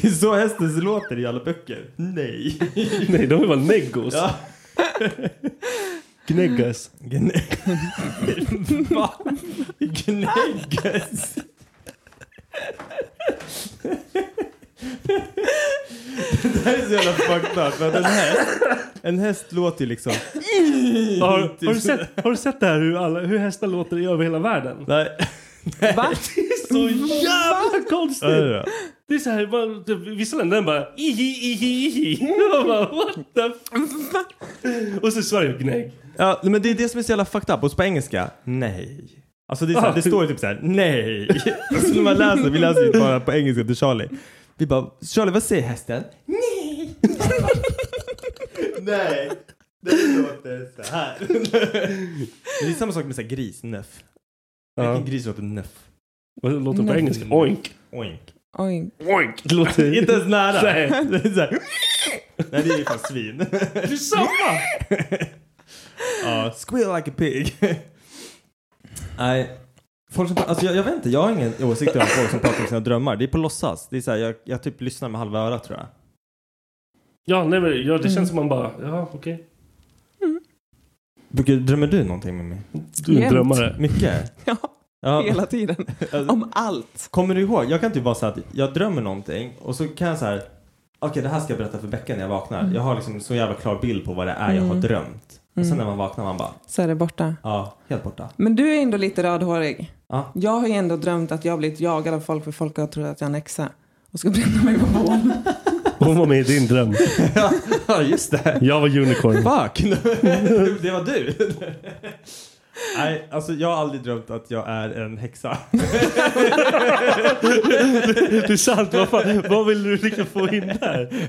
S4: är så hästens låter i alla böcker. Nej!
S7: Nej, de är bara neggos.
S4: Ja.
S7: Gnäggas.
S4: Gne- Va? Gnägges? Det här är så jävla fucked up. men En häst, en häst låter ju liksom...
S7: Har, har, du sett, har du sett det här hur, alla, hur hästar låter i över hela världen?
S4: Nej.
S8: Va?
S7: Det är så jävla
S4: Ja, det är
S7: konstigt!
S4: det.
S7: Det är så här, man, typ, vissa länder den bara ihi ihi ihi. Man bara what the f- Och så Sverige gnägg.
S4: Ja, men det är det som är så jävla fucked up. Och så på engelska, nej. Alltså det, är så här, det står ju typ såhär, nej. Alltså när man läser, vi läser ju bara på engelska till Charlie. Vi bara, Charlie vad säger hästen? Nej. nej. Det låter så här. det är samma sak med så här gris, nöff.
S7: Ja.
S4: Vilken gris låter nöff?
S7: Vad låter det på
S8: Nej.
S7: engelska? Oink.
S4: Oink.
S8: Oj.
S7: Oink. Det låter...
S4: Inte ens nära.
S7: Nej.
S4: Det är så här. Nej det är ju fan svin.
S7: Det är samma!
S4: Ja, squeal like a pig. Nej. Folk som, alltså jag, jag vet inte, jag har ingen åsikt om folk som pratar om sina drömmar. Det är på låtsas. Det är så här, jag, jag typ lyssnar med halva örat tror jag.
S7: Ja, nej, men, ja, det
S8: Mm.
S7: känns som man bara, ja okej.
S4: Brukar- Drömmer du någonting med mig?
S7: Du är en
S8: Jämt.
S7: drömmare.
S4: Mycket?
S8: Ja,
S4: Ja.
S8: hela tiden.
S4: Alltså,
S8: Om allt.
S4: Kommer du ihåg? Jag kan typ vara så här att jag drömmer någonting och så kan jag så här. Okej, det här ska jag berätta för Becka när jag vaknar. Jag har liksom så jävla klar bild på vad det är jag har
S8: Mm.
S4: drömt. Och sen när man vaknar man bara,
S8: Så är det borta.
S4: ja, helt borta.
S8: Men du är ändå lite rödhårig.
S4: Ja.
S8: Jag har ju ändå drömt att jag har blivit jagad av folk för folk har trott att jag är en häxa. Och ska bränna mig på bål.
S7: Hon var med i din dröm.
S4: Ja, just det.
S7: Jag var unicorn.
S4: Fuck! det var du. Nej, alltså jag har aldrig drömt att jag är en häxa.
S7: Det är sant. Vad, fan, vad vill du liksom få in där?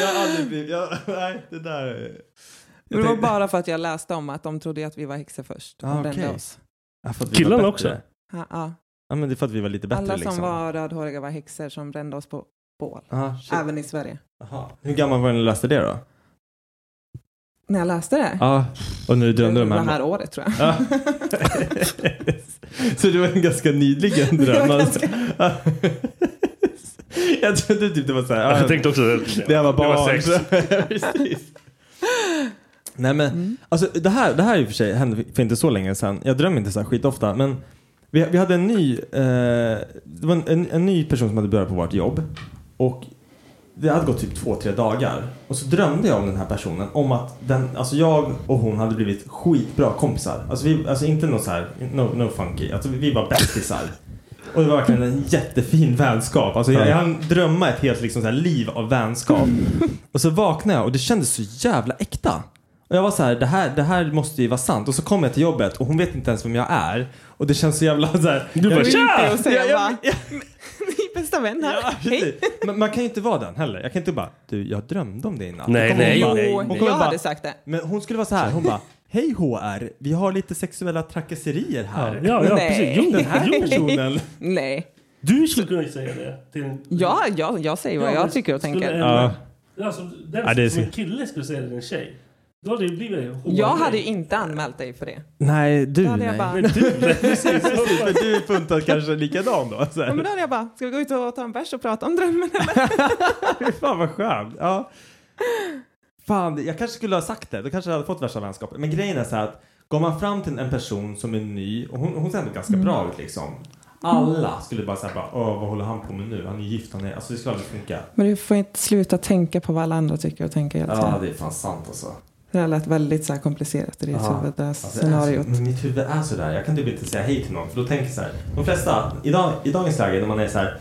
S4: Jag har aldrig blivit... Jag, nej, det där... är-
S8: Men det var bara för att jag läste om att de trodde ju att vi var häxor först. och
S4: Ah,
S8: brände
S4: okej.
S8: oss.
S4: Ja, för att vi var
S7: Killarna
S4: bättre.
S7: också?
S8: Ja, ja.
S4: Ja, men det är för att vi var lite bättre
S8: Alla som
S4: liksom.
S8: var rödhåriga var häxor som brände oss på bål.
S4: Ah, shit.
S8: Även i Sverige.
S4: Jaha. Hur gammal var du när du läste det då?
S8: När jag läste det.
S4: Ja, och när du drömde
S8: det
S4: de
S8: var
S4: här...
S8: här året tror jag.
S4: Ja. Så det var en ganska nyligen
S8: Det
S4: dröm.
S8: var
S4: Ganska... jag trodde typ det var så här.
S7: Jag tänkte också
S4: det. Det här var
S7: det var
S4: barn.
S7: sex.
S4: Precis. Nej men,
S8: Mm.
S4: alltså det här, det här i och för sig hände för inte så länge sedan. Jag drömmer inte så här skitofta men vi, vi hade en ny, eh, det var en, en, en ny person som hade börjat på vårt jobb och det hade gått typ två, tre dagar och så drömde jag om den här personen om att den, alltså jag och hon hade blivit skitbra kompisar. Alltså, vi, alltså inte något så här, no, no funky, alltså vi var bästisar. Och det var verkligen en jättefin vänskap. Alltså jag, jag hann drömma ett helt liksom så här liv av vänskap. Och så vaknade jag och det kändes så jävla äkta. Och jag var så här, det här, det här måste ju vara sant. Och så kom jag till jobbet och hon vet inte ens vem jag är. Och det känns så jävla så här.
S7: Du bara,
S4: jag,
S7: "Tja!"
S8: Det och säga
S4: Ja,
S8: bara, ni är bästa vän här.
S4: Ja,
S8: Hej.
S4: precis. Men man kan ju inte vara den heller. Jag kan inte bara, du jag drömde om dig i natt.
S7: Nej,
S4: Då kommer
S7: nej,
S4: hon bara-
S7: nej,
S8: Jo,
S7: hon
S4: kommer
S8: jag
S4: bara-
S8: hade sagt det.
S4: Men hon skulle vara så här, hon bara, hej HR, vi har lite sexuella trakasserier här.
S7: Ja, ja
S8: Nej.
S7: precis. Jo,
S4: Den här
S7: jo.
S4: personen.
S8: Nej,
S7: Du skulle kunna säga det. Till en,
S8: ja, jag, jag säger vad jag tycker och tänker.
S7: Ja. men skulle en- Alltså, den
S4: Ja, det är
S7: som
S4: så-
S7: en kille skulle säga det till en tjej. Då hade det blivit en hård
S8: Jag hade ju
S7: grej.
S8: inte anmält dig för det.
S4: Nej, du
S8: Då hade jag
S4: nej.
S8: bara,
S7: Men du, precis.
S4: Men du är funtad kanske likadan då? Så
S8: ja, men
S4: här.
S8: då hade jag bara, ska vi gå ut och ta en bärs och prata om drömmen?
S4: Fy Fan vad skönt. Ja. Fan, jag kanske skulle ha sagt det. Då kanske jag hade fått värsta vänskapen. Men grejen är så här att går man fram till en person som är ny och hon, hon ser ändå ganska bra ut liksom. Alla skulle bara säga bara, Åh, vad håller han på med nu? Han är gift, han är... Alltså det skulle aldrig funka.
S8: Men du får inte sluta tänka på vad alla andra tycker och tänka hela tiden.
S4: det är fan sant alltså.
S8: Det här lät väldigt så här komplicerat i ditt
S4: Ja.
S8: huvud, det här
S4: Alltså, det är
S8: scenariot.
S4: Så, men mitt huvud är sådär. Jag kan typ inte säga hej till någon. För då tänker jag så här. De flesta, i, dag, i dagens läge när man är så här,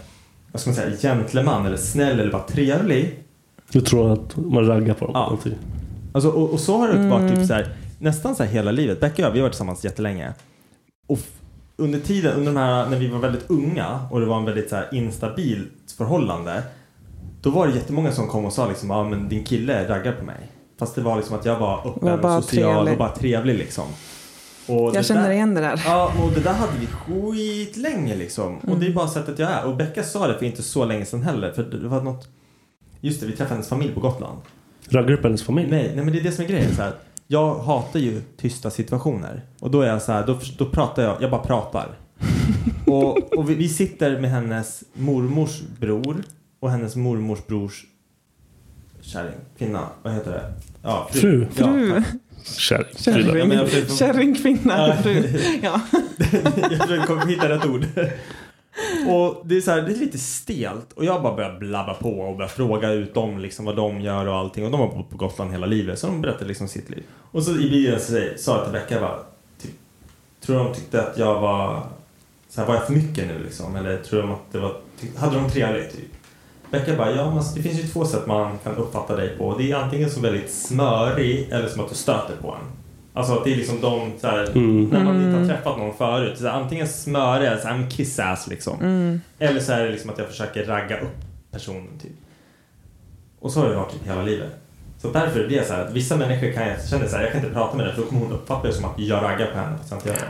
S4: vad ska man säga, gentleman eller snäll eller bara trevlig.
S7: Du tror att man raggar på dem.
S4: Ja.
S7: alltid.
S4: Alltså, och, och så har det varit
S8: Mm.
S4: typ så här, nästan så här hela livet. Becka och jag, vi har varit tillsammans jättelänge. Och f- under tiden, under de här, när vi var väldigt unga och det var en väldigt så här instabilt förhållande. Då var det jättemånga som kom och sa liksom, ja ah, men din kille raggar på mig. Fast det var liksom att jag var
S8: Var
S4: öppen,
S8: bara
S4: social
S8: trevlig.
S4: och bara trevlig liksom. Och det
S8: Jag känner
S4: där-
S8: igen det där.
S4: Ja, och det där hade vi skitlänge liksom. Och
S8: Mm.
S4: det är bara sättet jag är. Och Becka sa det för inte så länge sedan heller. För det var något... Just det, vi träffade hennes familj på Gotland.
S7: Raggar upp hennes familj?
S4: Nej, nej men det är det som är grejen. Så här, jag hatar ju tysta situationer. Och då är jag så här, då, då pratar jag, jag bara pratar. Och, och vi, vi sitter med hennes mormors bror och hennes mormors brors kärring, kvinna, vad heter det? Ja,
S7: Fru.
S8: Fru.
S4: Ja, tack.
S7: Kärring.
S4: Frida. Ja, men jag
S8: Kärring,
S4: försöker-
S8: kärring, kvinna,
S4: Ja.
S8: fru. Ja.
S4: jag försöker komma- hitta rätt ord. Och det är så här, det är lite stelt och jag bara börjar blabba på och börjar fråga ut dem liksom vad de gör och allting och de har bott på Gotland hela livet så de berättar liksom sitt liv. Och så i bilen så säger- sa jag till Becka bara, typ, tror de tyckte att jag var, så här, var jag för mycket nu liksom eller tror de att det var, ty- hade de trevligt typ? Becka bara, ja men det finns ju två sätt man kan uppfatta dig på. Det är antingen som väldigt smörig eller som att du stöter på en. Alltså att det är liksom de så här, när man inte har träffat någon förut. Så här, antingen smörig, alltså I'm kiss ass liksom. Eller så är det liksom att jag försöker ragga upp personen typ. Och så har det varit typ hela livet. Så därför blir jag så här att vissa människor kan jag känna så här, jag kan inte prata med dig för då kommer hon uppfatta det som att jag raggar på henne fast jag inte gör det.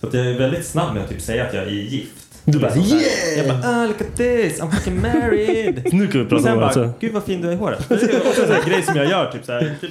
S4: Så att jag är väldigt snabb med att typ säga att jag är gift.
S7: Du bara,
S4: Liksom så här,
S7: "Yeah!"
S4: Jag bara, ah, look at this, I'm fucking married.
S7: Nu kan vi
S4: Och
S7: prata
S4: sen
S7: om
S4: bara,
S7: alltså.
S4: gud vad fin du är i håret. Det är också en sån här grej som jag gör typ så här. Typ,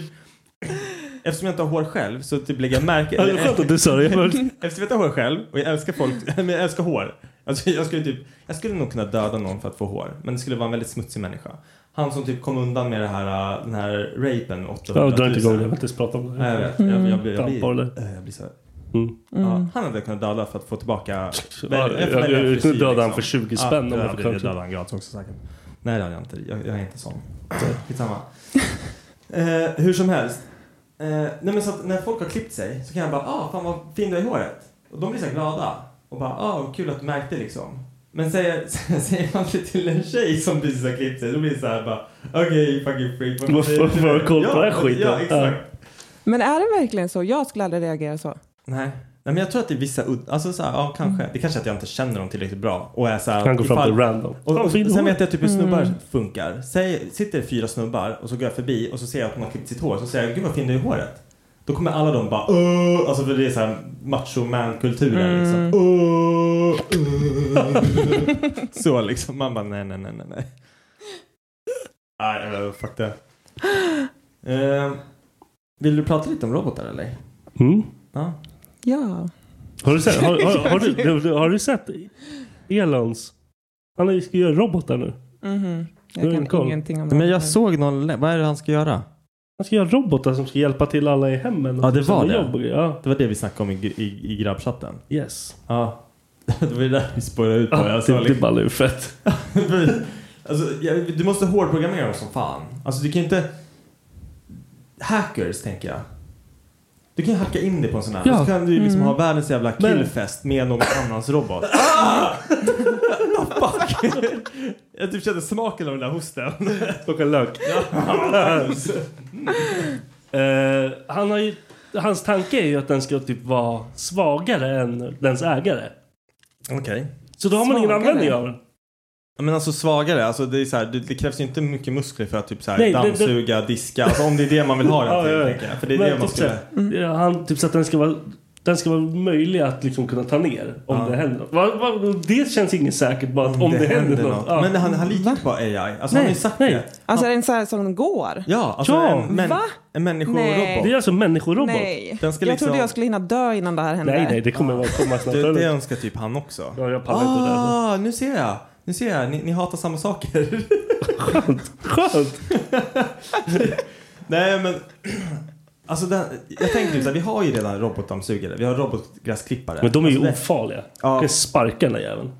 S4: eftersom jag inte har hår själv så typ lägger jag märke...
S7: Ja, det var skönt att du sa det. Jag bara,
S4: Eftersom jag inte har hår själv och jag älskar folk, men jag älskar hår. Alltså jag skulle typ, jag skulle nog kunna döda någon för att få hår. Men det skulle vara en väldigt smutsig människa. Han som typ kom undan med det här, äh, den här rapen med 800
S7: ja,
S4: 000.
S7: dra inte igång det. Jag vill inte ens prata om det.
S4: Nej, jag vet. Jag, jag, jag, blir- jag,
S7: Tappar
S4: blir,
S7: det.
S4: äh, jag blir så här.
S7: Mm.
S4: Ja, han hade jag kunnat döda för att få tillbaka...
S7: Ja, jag- jag- jag kunde döda han
S4: liksom.
S7: för 20 spänn om
S4: om
S7: jag
S4: jag
S7: fick
S4: fick
S7: chansen.
S4: döda han gratis också säkert. Nej det hade jag inte. Jag, jag är inte sån. Skitsamma. eh, hur som helst. Eh, nej men så att när folk har klippt sig så kan jag bara ah fan vad fin du är i håret. Och de blir så här glada. Och bara ah vad kul att du märkte liksom. Men säger, säger man det till en tjej som precis har klippt sig, då blir det så här bara okej okay, fucking freak.
S7: Vad fan- vad har du koll på den här skiten?
S4: Ja, exakt.
S8: Men är det verkligen så? Jag skulle aldrig reagera så.
S4: Nej. Nej, men jag tror att det är vissa ud- alltså så här, ja kanske. Det kanske är att jag inte känner dem tillräckligt bra och är så här.
S7: Kan gå fram
S4: ifall-
S7: till random.
S4: Och, och,
S7: Fan, fin
S4: sen
S7: hår.
S4: vet jag typ hur snubbar
S7: Mm.
S4: funkar. Säg, sitter det fyra snubbar och så går jag förbi och så ser jag att de har klippt sitt hår. Så säger jag, gud vad fin du är i håret. Då kommer alla de bara, Åh! alltså för det är så här macho man kulturen liksom. Åh, åh. så liksom. Man bara, nej, nej, nej, nej, nej. Nej, eh, fuck det. Eh, vill du prata lite om robotar eller?
S7: Mm.
S4: Ja.
S8: Ja.
S7: Har du sett, har, har, har, du, du- har du sett Elons? Han ska göra robotar nu.
S8: Mhm.
S7: Du har
S8: Jag kan
S7: ingen koll.
S8: ingenting om
S4: Men jag
S8: det.
S4: såg någon, lä- vad är det han ska göra?
S7: Han ska göra robotar som ska hjälpa till alla i hemmen. och
S4: Ja, det
S7: fixa
S4: var
S7: med
S4: det.
S7: jobb och grejer. Ja.
S4: Det var det vi snackade om i, i, i grabbchatten.
S7: Yes.
S4: Ja. Det var ju där vi spårade ut på.
S7: Ja,
S4: Jag sa
S7: det-
S4: liksom-
S7: det ballar ur fett.
S4: alltså, jag, du måste hårdprogrammera dem som fan. Alltså du kan inte... Hackers tänker jag. Du kan hacka in det på en sån här.
S7: Ja.
S4: Och så kan du liksom
S7: Mm.
S4: ha världens jävla
S7: Men-
S4: killfest med någon annans robot. Ah! Fuck. jag typ kände smaken av den där hosten.
S7: Plocka lök. Eh, han har ju, hans tanke är ju att den ska typ vara svagare än dens ägare.
S4: Okej.
S7: Så då har man ingen
S8: Svagare?
S7: användning av den.
S4: Ja, Men alltså svagare, alltså det, är så här, det, det krävs ju inte mycket muskler för att typ så här,
S7: Nej, det- det-
S4: dammsuga, diska. Alltså om det är det man vill ha den till.
S7: Ja, ja, ja.
S4: tänker jag. För det är
S7: Men
S4: det man
S7: typ
S4: skulle...
S7: så här, ja, Han typ så att den ska vara den ska vara möjlig att liksom kunna ta ner om
S4: Ja.
S7: det händer något. Va, va, det känns inget säkert bara att om det, händer, något. Ja.
S4: Men han, han litar inte på AI. Alltså han har ju sagt
S7: nej.
S4: det.
S8: Alltså är den så här som går?
S4: Ja, alltså
S7: Ja.
S4: en, men,
S8: Va?
S4: en
S8: Nej.
S4: människorobot.
S7: Det är alltså en människorobot.
S8: Nej.
S4: Den ska
S8: jag
S4: liksom-
S8: trodde jag skulle hinna dö innan det här hände.
S7: nej, nej, det kommer att komma snart.
S4: Det, det önskar typ han också.
S7: Ja, jag pallar inte det. där.
S4: Ah, nu ser jag. Nu ser jag. Ni, ni hatar samma saker.
S7: Skönt, skönt.
S4: Nej, men... Alltså den, jag tänker nu så här, vi har ju redan robotdammsugare. Vi har robotgräsklippare.
S7: Men de är ju
S4: alltså,
S7: ofarliga.
S4: Ja.
S7: Du kan sparka den där jäveln.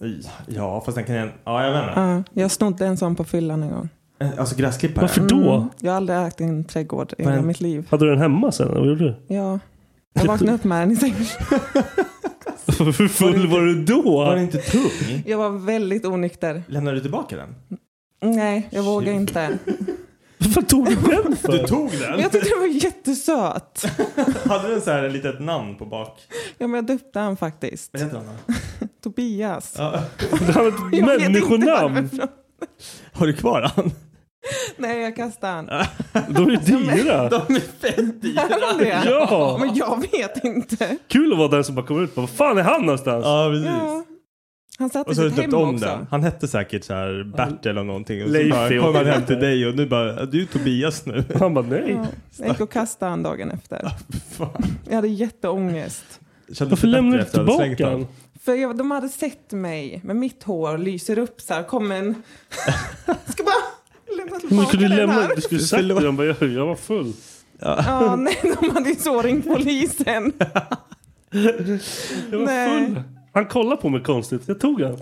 S4: det, Ja, fast den kan ju... Ja, jag vet inte.
S8: Ja, jag snodde en sån på fyllan en gång. Mm.
S4: Eh, Alltså gräsklippare.
S7: Varför då?
S8: Jag har aldrig ägt en trädgård i
S4: Vad är
S8: hela
S4: en-
S8: mitt liv.
S7: Hade du den hemma sen? Vad gjorde du?
S8: Ja. Jag vaknade upp med den i sängen.
S7: Hur full var du då?
S4: Var den inte tung?
S8: Jag var väldigt onykter.
S4: Lämnar du tillbaka den?
S8: Nej, jag vågar inte.
S7: Vad tog du den för?
S4: Du tog den?
S8: Men jag tyckte den var jättesöt.
S4: Hade den så här ett litet namn på bak?
S8: Ja, men jag döpte han faktiskt.
S4: Vad heter den då?
S8: Tobias.
S4: Ja.
S7: Han har ett
S8: Jag vet inte
S7: människonamn.
S8: varför.
S4: Har du kvar den?
S8: Nej, jag kastade han.
S7: De är dyra.
S4: De är fett
S8: Är han det?
S7: Ja!
S8: Men jag vet inte.
S7: Kul att vara den som bara kommer ut på vad fan är han någonstans?
S4: Ja, precis.
S8: Ja. Han satt i
S4: Och så har
S8: sitt
S4: du döpt
S8: hem
S4: om
S8: också.
S4: den. Han hette säkert så här Bert eller någonting. Och så
S7: Leif
S4: bara
S7: är
S4: kom han
S7: också.
S4: hem till dig och nu bara, du är Tobias nu.
S7: Han bara nej.
S8: Ja. Jag gick och kastade han dagen efter.
S4: Fan.
S8: Jag hade jätteångest.
S4: Kändes
S7: Varför
S4: det
S7: lämnar
S4: bättre efter
S7: du
S4: att hade slängt
S7: tillbaka den?
S4: den?
S8: För jag, de hade sett mig, men mitt hår lyser upp så här. Kom en... Ska bara lämna
S7: Men du
S8: tillbaka
S7: kunde
S8: den
S7: lämna,
S8: här.
S7: du skulle sagt till dem bara jag, jag var full.
S8: Ja, nej, de hade ju så ringt polisen.
S7: Jag var
S8: Nej.
S7: full. Han kollade på mig konstigt, jag tog han.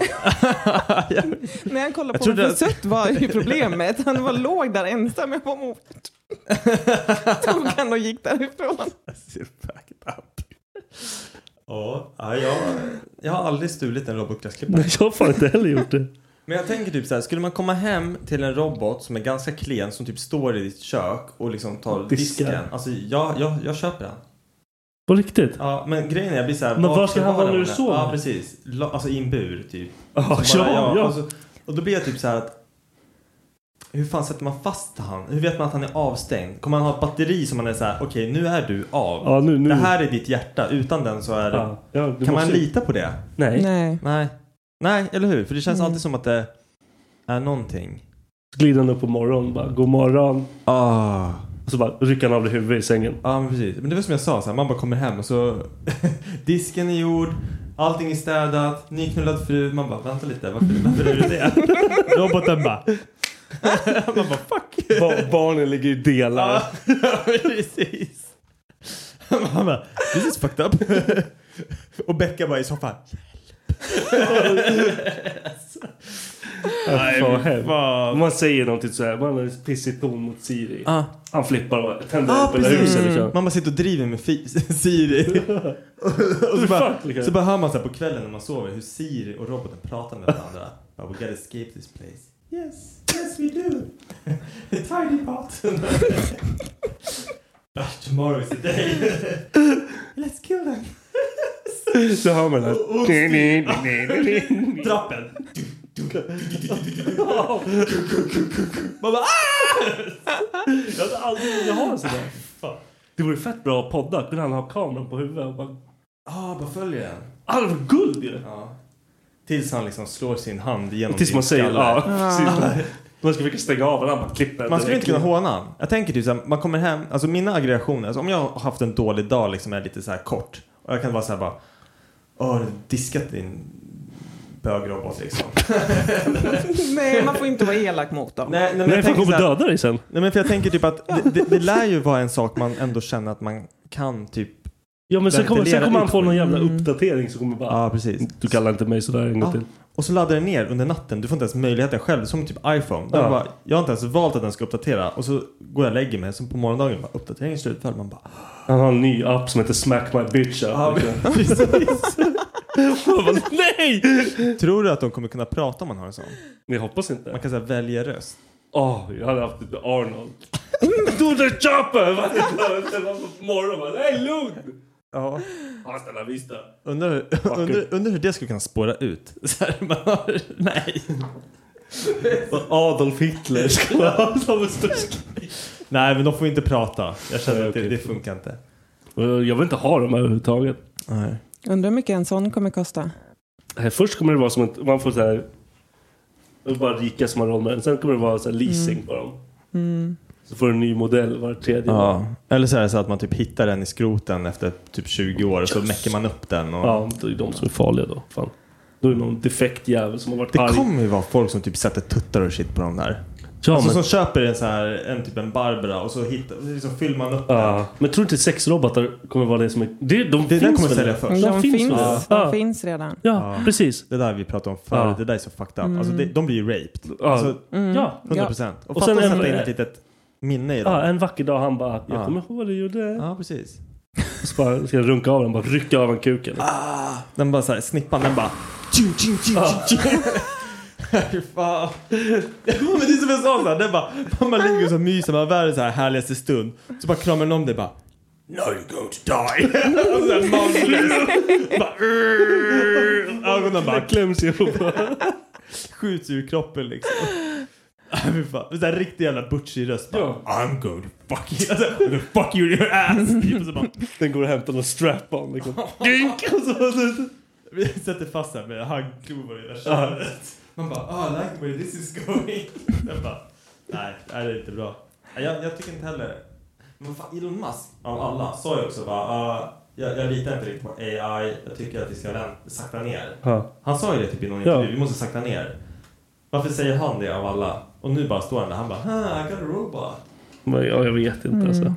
S8: När han kollade
S4: Jag
S8: på mig
S4: trodde
S8: för sött var ju problemet. Han var låg där ensam, jag var mot. Tog han och gick därifrån.
S4: Back up. Ja, ja, jag, jag har aldrig stulit en robotgräsklippare.
S7: Nej, jag har fan inte heller gjort det.
S4: Men jag tänker typ så här, skulle man komma hem till en robot som är ganska klen som typ står i ditt kök och liksom tar
S7: Diskar.
S4: disken. Alltså jag, jag, jag köper den.
S7: På riktigt?
S4: Ja, men grejen är jag blir så här,
S7: Men var ska han vara när du
S4: den?
S7: sover?
S4: Ja, precis. La- Alltså i en bur typ.
S7: Ja,
S4: Så bara,
S7: ja,
S4: ja, alltså,
S7: ja.
S4: Och, så, och då blir jag typ så här att hur fan sätter man fast han? Hur vet man att han är avstängd? Kommer han ha ett batteri som man är så här, okej nu är du av.
S7: Ja, nu, nu.
S4: Det här är ditt hjärta, utan den så är det...
S7: Ja, ja, du
S4: Kan man
S7: måste-
S4: lita på det?
S7: Nej.
S8: Nej.
S4: Nej. Nej, eller hur? För det
S7: Mm.
S4: känns alltid som att det är någonting.
S7: Så glider han upp på morgonen bara, god morgon.
S4: Ah.
S7: Och så bara rycker han av dig huvudet i sängen.
S4: Ja men precis. Men det var som jag sa, så här, man bara kommer hem och så disken är gjord, allting är städat, nyknullad fru. Man bara vänta lite, varför, varför är du det? Roboten bara. man bara fuck.
S7: Ba- barnen ligger i delar.
S4: Ja, precis. Man bara this is fucked up. och Becka bara i soffan.
S7: Nej,
S4: fan.
S7: Om man säger någonting så här, man har ett pissigt ton mot Siri.
S4: Ah.
S7: Han flippar och tänder
S4: Ja,
S7: upp hela
S4: precis.
S7: huset. liksom.
S4: Man bara sitter och driver med fi- Siri. och så,
S7: Fuck, liksom.
S4: bara, så bara hör man så här på kvällen när man sover hur Siri och roboten pratar med varandra. Bara, We gotta escape this place. Yes, yes we do. Tidy pot. Tomorrow is the day. Let's kill them.
S7: Så hör man den
S4: Och-
S7: här.
S4: Trappen. Man bara ah!
S7: Jag hade aldrig velat ha en sån där. Det vore fett bra att podda. Kunde han ha kameran på huvudet och bara...
S4: Ah, bara följer den.
S7: Ah, det var guld ju!
S4: Tills han liksom slår sin hand genom
S7: Tills man
S4: din
S7: säger ah,
S4: skalle.
S7: ja. precis. Man ska försöka stänga av den, han bara klipper den
S4: Man skulle inte
S7: direkt.
S4: kunna håna han. Jag tänker typ såhär, man kommer hem, alltså mina aggressioner, alltså om jag har haft en dålig dag liksom är lite så här kort och jag kan vara såhär bara, åh har du diskat din bögrobot liksom.
S8: Nej, man får inte vara elak mot dem.
S4: Nej,
S7: Nej, för han kommer
S4: så här-
S7: döda dig sen.
S4: Nej men för jag tänker typ att det, det, det lär ju vara en sak man ändå känner att man kan typ
S7: Ja men sen kommer, sen
S4: ventilera
S7: kommer han
S4: ut
S7: få någon jävla
S4: skit.
S7: uppdatering som kommer bara...
S4: Ja precis.
S7: Du kallar inte mig sådär en gång
S4: Ja.
S7: till.
S4: Och så laddar den ner under natten. Du får inte ens möjligheten själv. Som typ iPhone. Den
S7: Ja.
S4: bara, jag har inte ens valt att den ska uppdatera. Och så går jag och lägger mig. Sen på morgondagen bara uppdateringen slutförd. Man bara
S7: Han har en ny app som heter Smack My Bitch app.
S4: Ja,
S7: liksom.
S4: precis.
S7: Jag bara, Nej!
S4: Tror du att de kommer kunna prata om man har en sån?
S7: Jag hoppas inte.
S4: Man kan säga välja röst.
S7: Åh, jag hade haft ett Arnold. Do the chopper! Vad det var, det var på morgonen bara, nej lugn!
S4: Ja.
S7: Hasta la vista.
S4: Undrar undrar- undrar hur det skulle kunna spåra ut. Så här, man har, nej.
S7: Och Adolf Hitler skulle ha som störst.
S4: Nej men de får inte prata. Jag känner att det, det funkar inte.
S7: Jag vill inte ha dem överhuvudtaget.
S4: Nej.
S8: Undrar hur mycket en sån kommer kosta.
S7: Här, först kommer det vara som att man får så här... det är Bara rika som har råd med den. Sen kommer det vara så här leasing på dem.
S8: Mm.
S7: Så får du en ny modell var tredje år.
S4: Ja. Eller så är det så att man typ hittar den i skroten efter typ 20 år. Och så mäcker man upp den. Och...
S7: Ja, det är de som är farliga då. Fan. Då är det någon defekt jävel som har varit
S4: Det
S7: arg.
S4: kommer ju vara folk som typ sätter tuttar och shit på de där.
S7: Ja,
S4: alltså som
S7: men-
S4: köper en så här, en typ en Barbara och så hittar, liksom fyller man upp den.
S7: Ja. Men tror du inte sexrobotar kommer vara det som är... Det, de
S4: Det
S7: finns
S4: den kommer
S7: väl?
S4: sälja först.
S8: De finns,
S7: väl?
S8: de
S7: Ja.
S8: finns redan.
S7: Ja, precis.
S4: Det där vi pratade om förr,
S7: Ja.
S4: det där är så fucked up. Alltså det, de blir ju raped.
S7: Ja.
S4: Alltså,
S8: Mm.
S7: Ja.
S4: 100 procent. Och,
S7: Och
S4: fatta
S7: sen
S4: att
S7: en-
S4: sätta in ett litet minne i dem.
S7: ja, en vacker dag han bara, jag
S4: Ja.
S7: kommer ihåg vad du gjorde.
S4: Ja, precis.
S7: Så bara, ska jag runka av den, bara rycka av en kuken.
S4: Den bara såhär, snippan den bara... Tju, tju, tju, tju, tju. Fy fan. Men det är som jag sa såhär, den bara... Man ligger och så myser, man har världens så här härligaste stund. Så bara kramar den om dig bara... No you're going to die. och sen mouseless. Bara... "Urgh." Ögonen bara
S7: Kläms ihop.
S4: Ah. skjuts ur kroppen liksom. Ah, Fy fan. Det är en riktig jävla butchig röst. Bara, I'm going to fuck you. Alltså, I'm going to fuck you in your ass. Typ, Och så bara,
S7: Den går och hämtar någon strap-on liksom.
S4: Dink! Och så, så, vi sätter fast den med handklovar i det här köret. Man bara, ah, I like where this is going. Jag bara, nej, det här är inte bra. Nej, Jag, jag tycker inte heller... Men fan, Elon Musk av alla sa ju också bara, ah, jag, jag litar inte riktigt på AI, jag tycker att vi ska vän- sakta ner.
S7: Ja.
S4: Han sa ju det typ i någon
S7: Ja.
S4: intervju, vi måste sakta ner. Varför säger han det av alla? Och nu bara står han där, han bara, ah, I got a robot.
S7: Men, ja, jag vet inte
S4: Mm.
S7: alltså.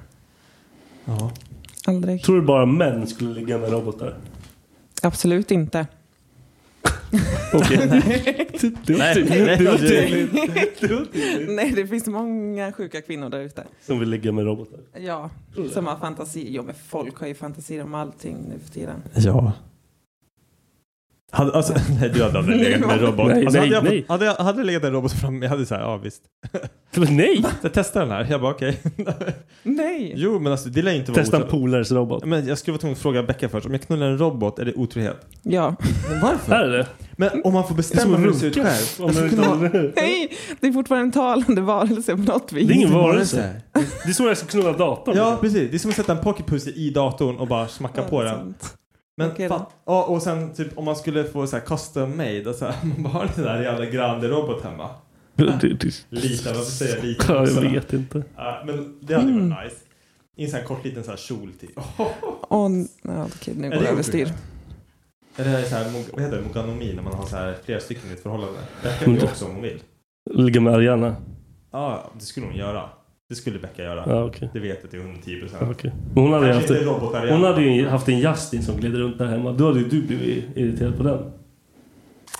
S4: Ja.
S8: Aldrig.
S7: Tror du bara män skulle ligga med robotar?
S8: Absolut inte.
S7: Okej. Det var
S4: Nej,
S7: tydligt.
S4: nej,
S7: Det var typ-
S4: det-
S7: tydligt. Det var tydligt.
S8: Nej, det finns många sjuka kvinnor där ute.
S7: Som vill ligga med robotar.
S8: Ja, som har fantasi. Jo, men folk har ju fantasier om allting nu för tiden.
S4: Ja. Hade, alltså, nej, du hade aldrig legat med en robot.
S7: Nej,
S4: alltså,
S7: nej,
S4: hade, jag,
S7: nej.
S4: fått- hade, jag, hade jag legat en robot fram, jag hade så här, ja visst.
S7: Men Nej!
S4: Så jag testade den här, jag bara okej.
S8: Nej!
S4: jo men alltså det lär ju inte vara
S7: Testa en
S4: otroligt.
S7: polares robot.
S4: Men jag skulle vara tvungen att fråga Becka först, om jag knullar en robot är det otrohet?
S8: Ja.
S4: Men
S7: Här
S4: varför?
S7: är det.
S4: Men om man får bestämma hur det ser ut själv.
S7: Om man inte-
S8: Nej, det är fortfarande en talande varelse på något vis.
S7: Det är ingen varelse.
S4: Varelse.
S7: Det är så jag ska knulla datorn.
S4: Ja precis, det är som att sätta en pocketpussel i datorn och bara smacka på den. Men
S8: Okej då.
S4: fan, ja, och sen typ om man skulle få så här custom made, alltså, man bara har den där jävla grande robot hemma.
S7: Det- det- det-
S4: Lita, varför säger jag lita?
S7: Ja,
S4: också?
S7: jag vet inte.
S4: Ja, men det hade ju varit nice. I en sån här kort liten sån här kjol typ.
S8: Åh, n- ja, okej, nu
S4: Är
S8: går
S4: det
S8: det överstyr.
S4: Eller så här, mo- vad heter det, moganomi när man har så här flera stycken i ett förhållande. Det kan ju också om hon vill.
S7: Ligga med Ariana.
S4: Ja, det skulle hon göra. Det skulle Becka göra.
S7: Ja, okej.
S4: Det vet jag till 110 procent.
S7: Ja, okej. Men Hon hade ju haft,
S4: Kanske inte robotar igen.
S7: hon hade ju haft en Justin som gled runt där hemma. Då hade ju du blivit irriterad på den.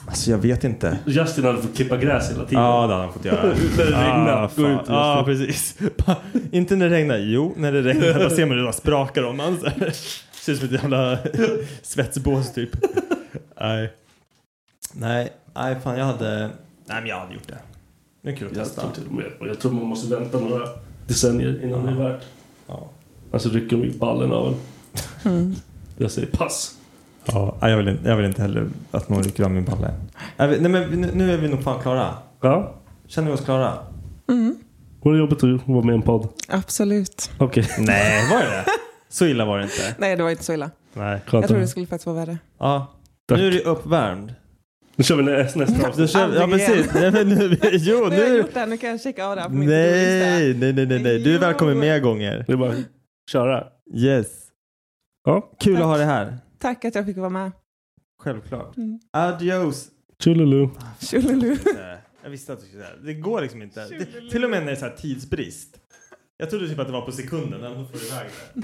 S4: Alltså jag vet inte.
S7: Justin hade fått klippa gräs hela tiden.
S4: Ja, det hade han fått göra.
S7: När det regnade,
S4: Ah,
S7: gå
S4: fan.
S7: ut och-
S4: Ja, precis. inte när det regnar. Jo, när det regnar. Då ser man hur det bara sprakar om man. så här. Ser ut som ett jävla svetsbås typ. Nej. Nej, nej fan jag hade... Nej men jag hade gjort det. Det är kul att
S7: Jag
S4: testa.
S7: tror till och med- och jag tror man måste vänta några decennier innan det är värt.
S4: Ja.
S7: Alltså rycker de i ballen av en.
S8: Mm.
S7: Jag säger pass.
S4: Ja, nej, jag vill, inte, jag vill inte heller att någon rycker av min balle. Nej vi- nej, men nu- nu är vi nog fan klara.
S7: Ja.
S4: Känner vi oss klara?
S7: Var det jobbigt att vara med i en podd?
S8: Mm. Absolut.
S7: Okej.
S4: Nej, var det det? Så illa var det inte.
S8: Nej, det var inte så illa.
S4: Nej,
S8: Jag trodde det skulle faktiskt vara värre.
S4: Ja. Nu är du uppvärmd.
S7: Nu kör vi nästa, nästa
S4: Då
S7: avsnitt.
S4: kör, ja
S8: Aldrig igen.
S4: precis. Nej, men nu, jo,
S8: Nu har jag
S4: nu.
S8: gjort det, nu kan jag checka av det här på min to-do-lista.
S4: Nej, nej, nej, nej, nej. Du är välkommen mer gånger.
S7: Det är bara att köra.
S4: Yes.
S7: Ja.
S4: Kul att ha dig här.
S8: Tack att jag fick vara med.
S4: Självklart.
S8: Mm.
S4: Adios.
S7: Tjolilu.
S8: Tjolilu.
S4: Jag visste att du skulle säga det. Det går liksom inte. Det, till och med när det är så här tidsbrist. Jag trodde typ att det var på sekunden. Ändå får du iväg det.